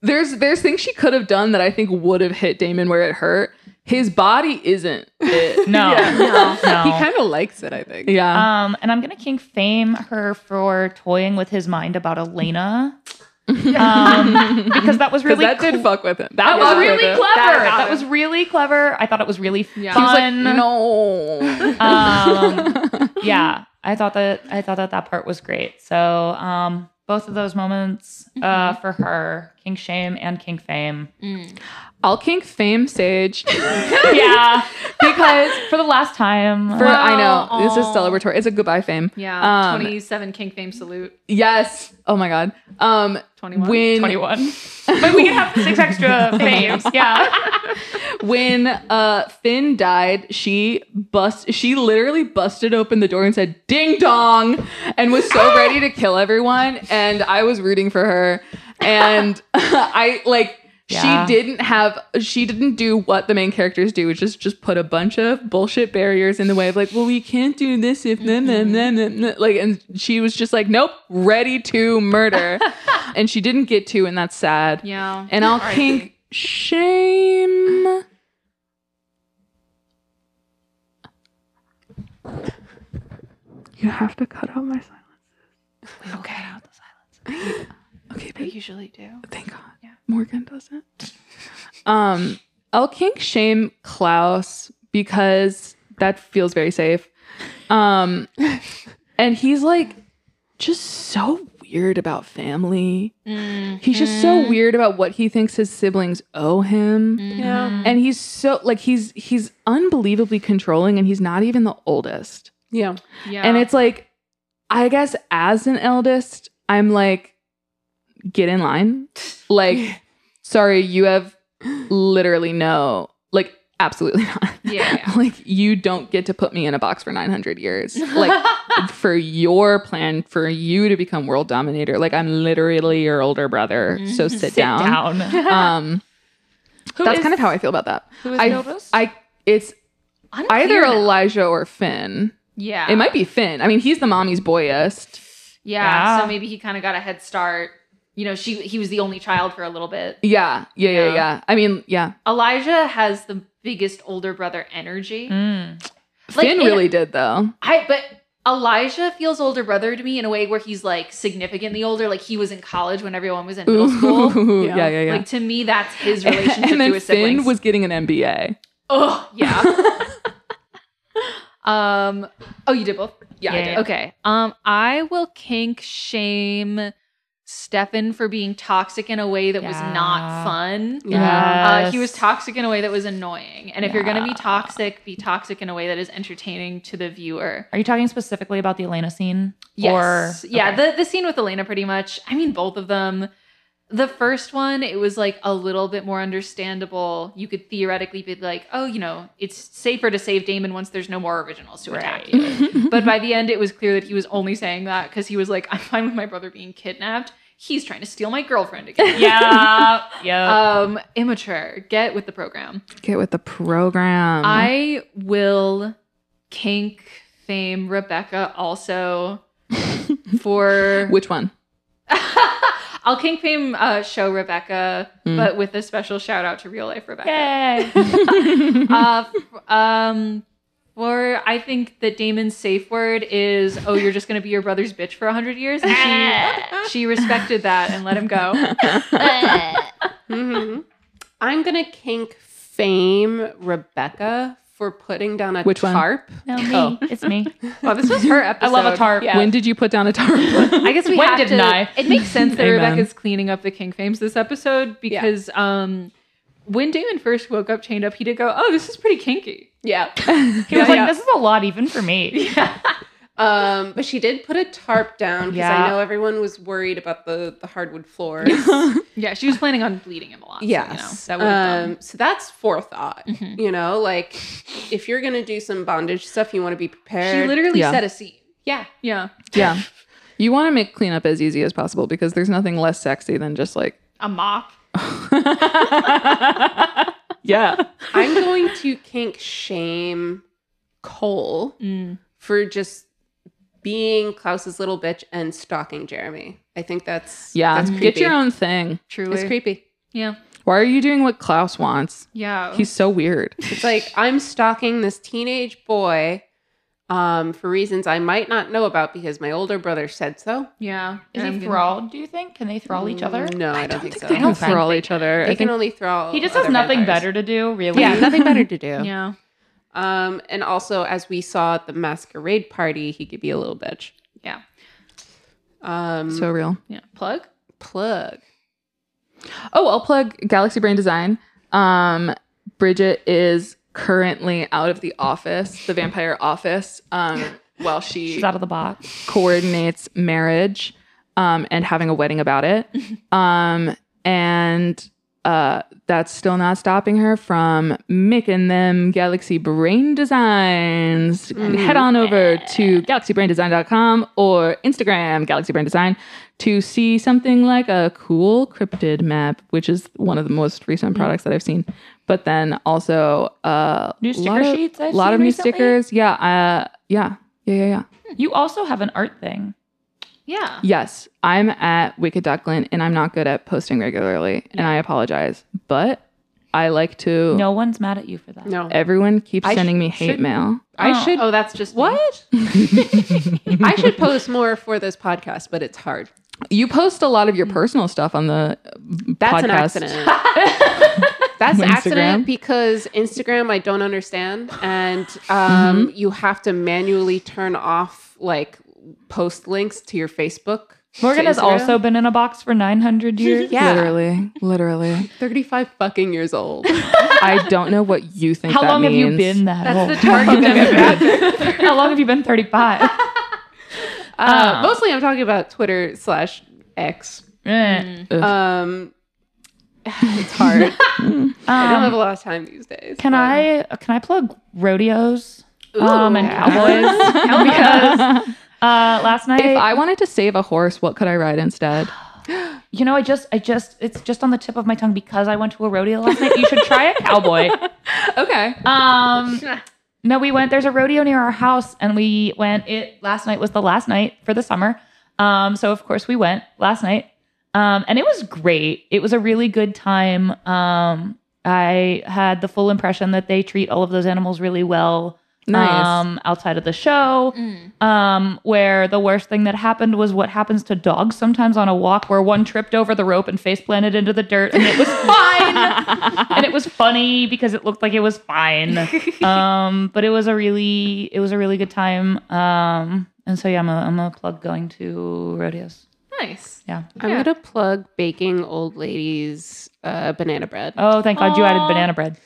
there's there's things she could have done that I think would have hit Damon where it hurt. His body isn't it. no, No. no. He kind of likes it, I think. yeah. um, and I'm gonna king fame her for toying with his mind about Elena, um, because that was Because really that cl- did fuck with him. That that was fucked really with him. clever. That, That was really clever. I thought it was really Yeah. He was like, fun. no. um, yeah, I thought that I thought that that part was great. So um, both of those moments Mm-hmm. uh, for her, king shame and king fame. I'll kink fame sage. yeah, because for the last time, For, I know Wow. this is celebratory. It's a goodbye fame. Yeah, Um, twenty-seven King Fame salute. Yes. Oh my god. Um, 21. when 21. but we can have six extra faves. Yeah. when uh Finn died, she bust she literally busted open the door and said ding dong and was so ready to kill everyone and I was rooting for her and I like Yeah. she didn't have she didn't do what the main characters do which is just put a bunch of bullshit barriers in the way of like well we can't do this if nah, nah, nah, nah, nah. like and she was just like nope ready to murder and she didn't get to and that's sad Yeah, and I'll kink shame. You have to cut out my silence. okay. Okay, I babe. usually do. Thank God. Morgan doesn't. um, I'll kink shame Klaus because that feels very safe. Um, and he's like just so weird about family. Mm-hmm. He's just so weird about what he thinks his siblings owe him. Mm. Yeah. and he's so like he's he's unbelievably controlling and he's not even the oldest Yeah. Yeah, and it's like i guess as an eldest i'm like get in line like sorry you have literally no like absolutely not yeah, yeah. like you don't get to put me in a box for 900 years like for your plan for you to become world dominator like i'm literally your older brother so sit, Sit down. um that's is- kind of how i feel about that Who is I- Novus? I it's Unclear either now. Elijah or Finn. yeah, It might be Finn. I mean, he's the mommy's boyest. Yeah, Yeah. so maybe he kind of got a head start. You know, she he was the only child for a little bit. Yeah, yeah, yeah, Yeah. yeah. I mean, yeah. Elijah has the biggest older brother energy. Mm. Like, Finn in- really did though. I but Elijah feels older brother to me in a way where he's like significantly older. Like he was in college when everyone was in middle school. Ooh, Yeah. yeah, yeah, yeah. Like to me, that's his relationship and then to his Finn siblings. was getting an MBA. oh yeah. um. Oh, you did both. Yeah, yeah. Okay. Um, I will kink shame Stefan for being toxic in a way that was Yeah. not fun. Yeah. Uh, he was toxic in a way that was annoying. And if you're going to be Yeah. toxic, be toxic in a way that is entertaining to the viewer. Are you talking specifically about the Elena scene? Yes. Or yeah, okay. the, the scene with Elena, pretty much. I mean, both of them. The first one, it was like a little bit more understandable. You could theoretically be like, oh, you know, it's safer to save Damon once there's no more originals to attack Right. you. But by the end, it was clear that he was only saying that because he was like, I'm fine with my brother being kidnapped. He's trying to steal my girlfriend again. yeah. Yeah. Um, immature. Get with the program. Get with the program. Uh-huh. I will kink fame Rebecca also for Which one? I'll kink fame uh, show Rebecca, but with a special shout out to real life Rebecca. Mm. Yay. uh, f- um, for I think that Damon's safe word is, "Oh, you're just gonna be your brother's bitch for hundred years," and she she respected that and let him go. hmm I'm gonna kink fame Rebecca for putting down a Which one? tarp. no, me. Oh. It's me. Well, this was her I episode. love a tarp. When did you put down a tarp? I guess we When have didn't to. I? It makes sense that Amen. Rebecca's cleaning up the King Fames this episode because um, when Damon first woke up chained up, he did go, "Oh, this is pretty kinky." Yeah. He was Yeah, like, yeah. this is a lot even for me. Um, but she did put a tarp down because I Yeah. know everyone was worried about the the hardwood floor. Yeah, she was planning on bleeding him a lot. so, you know, Yes. that would have um, so that's forethought. Mhm. You know, like if you're gonna do some bondage stuff, you want to be done. She prepared. literally Yeah. set a scene. yeah. Yeah, yeah. You want to make cleanup as easy as possible because there's nothing less sexy than just like, a mop. yeah. I'm going to kink shame Cole Mm. for just being Klaus's little bitch and stalking Jeremy. I think that's Yeah. That's Get creepy. your own thing. Truly. It's creepy. Yeah. Why are you doing what Klaus wants? Yeah. He's so weird. It's like I'm stalking this teenage boy um, for reasons I might not know about because my older brother said so. yeah. Is I'm he gonna- thralled, do you think? Can they thrall each other? No, I, don't, think, They so. can thrall each other. They I can think only throw. He just has nothing better to do, really. Yeah, nothing better to do. Yeah. Um, and also, as we saw at the masquerade party, he could be a little bitch. Yeah. Um, so real. Yeah. Plug. plug. Oh, I'll plug Galaxy Brain Design. Um, Bridget is currently out of the office, the vampire office, um, while she She's out of the box. coordinates marriage um, and having a wedding about it. Um, and uh, that's still not stopping her from making them Galaxy Brain Designs. Head on over to Mm-hmm. galaxybraindesign.com or Instagram, Galaxy Brain Design, to see something like a cool cryptid map, which is one of the most Mm-hmm. recent products that I've seen. But then also uh, New lot sticker of- sheets I've lot seen of new recently. stickers. Yeah, uh, yeah, yeah, yeah, yeah. You also have an art thing. Yeah. Yes, I'm at Wicked Ducklin and I'm not good at posting regularly and I apologize, but I like to. No one's mad at you for that. No, Everyone keeps I sh- sending me hate should- mail. I Oh. should. Oh, that's just me. What? I should post more for this podcast, but it's hard. You post a lot of your personal stuff on the uh, That's an podcast. accident. That's an Instagram? accident because Instagram I don't understand, and Mm-hmm. um, you have to manually turn off like post links to your Facebook. Morgan to has Instagram. also been in a box for 900 years. yeah, Literally, literally. thirty-five fucking years old. Uh, I don't know what you think. How that long have you means. been that That's old? the target demographic. How long have you been 35? Ah. Uh, mostly, I'm talking about Twitter slash X. Eh. Um, it's hard. I don't have a lot of time these days. Um, Can I can I plug rodeos um, Ooh. and cowboys? because uh, last night, If I wanted to save a horse, what could I ride instead? you know, I just I just it's just on the tip of my tongue because I went to a rodeo last night. You should try a cowboy. Okay. Um, no, we went. There's a rodeo near our house, and we went. It last night was the last night for the summer. Um, so of course we went last night. Um, and it was great. It was a really good time. Um, I had the full impression that they treat all of those animals really well. Nice. Um, outside of the show, um, where the worst thing that happened was what happens to dogs sometimes on a walk, where one tripped over the rope and face planted into the dirt, and it was fine, and it was funny because it looked like it was fine. Um, but it was a really, it was a really good time. Um, and so yeah, I'm a, I'm a plug going to rodeos. Nice. Yeah. I'm gonna plug baking old ladies uh, banana bread. Oh, thank God you added banana bread.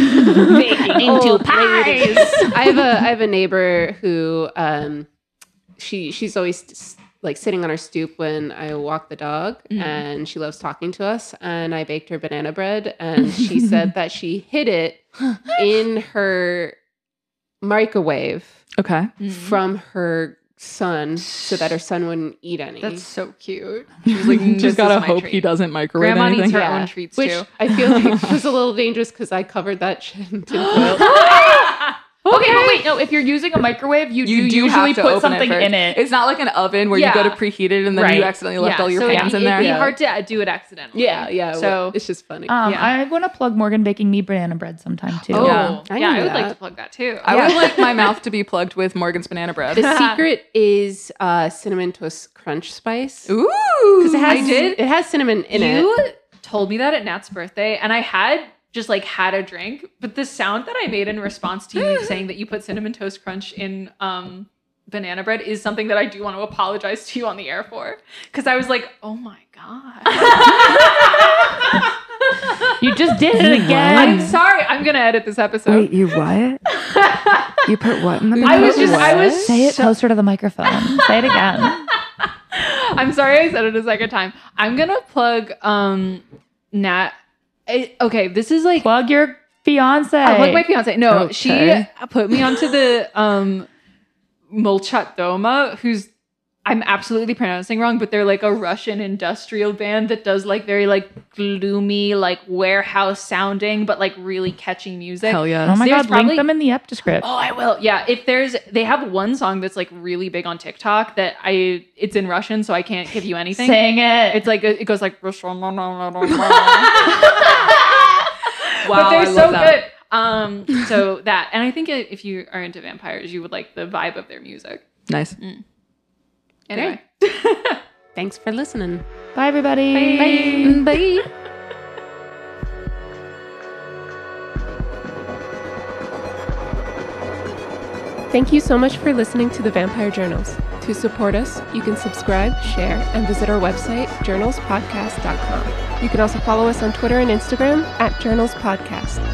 Oh, into pies. I have a I have a neighbor who um, she she's always s- like sitting on her stoop when I walk the dog, and she loves talking to us. And I baked her banana bread, and she said that she hid it in her microwave Okay. Mm. Mm-hmm. from her son, so that her son wouldn't eat any. That's so cute. She was like, "This Just gotta is my hope treat." he doesn't microwave Grandma needs anything. her own treats Which too. I feel like was a little dangerous because I covered that shit in tinfoil. Okay, but wait, no, if you're using a microwave, you, You do do usually have to put open something first. in it. It's not like an oven where you go to Yeah. preheat it and then you Right. accidentally left Yeah, all your so pans it'd, in there. It'd be Yeah. hard to uh, do it accidentally. Yeah, yeah. So- it's just funny. Um, Yeah. I want to plug Morgan baking me banana bread sometime too. Oh, Yeah. yeah. I I, knew would like that. to plug that too. I would like my mouth to be plugged with Morgan's banana bread. the secret is uh, cinnamon toast crunch spice. Ooh, Because it has I did- it has cinnamon in you it. told me that at Nat's birthday, and I had just like had a drink, but the sound that I made in response to you saying that you put cinnamon toast crunch in um banana bread is something that I do want to apologize to you on the air for. Cause I was like, oh my God. You just did it I'm again. sorry, I'm gonna edit this episode. you what? you put what in the I was just I was Say it closer to the microphone. Say it again. I'm sorry I said it a second time. I'm gonna plug um Nat. I- okay, this is like Plug your fiance. I plug my fiance. No, Okay. she put me onto the um Molchat Doma, who's I'm absolutely pronouncing wrong, but they're like a Russian industrial band that does like very like gloomy, like warehouse sounding, but like really catchy music. Hell yes. oh my There's god, probably- link them in the up descript. Oh, I will. Yeah, if there's they have one song that's like really big on TikTok that I it's in Russian, so I can't give you anything. Sing it. It's like it goes like but I they're love so that. good. Um, so that, and I think i- if you are into vampires, you would like the vibe of their music. Nice. Anyway, Thanks for listening. Bye everybody. Bye. Thank you so much for listening to the Vampire Journals. To support us, you can subscribe, share, and visit our website, journalspodcast.com. You can also follow us on Twitter and Instagram at Journals Podcast.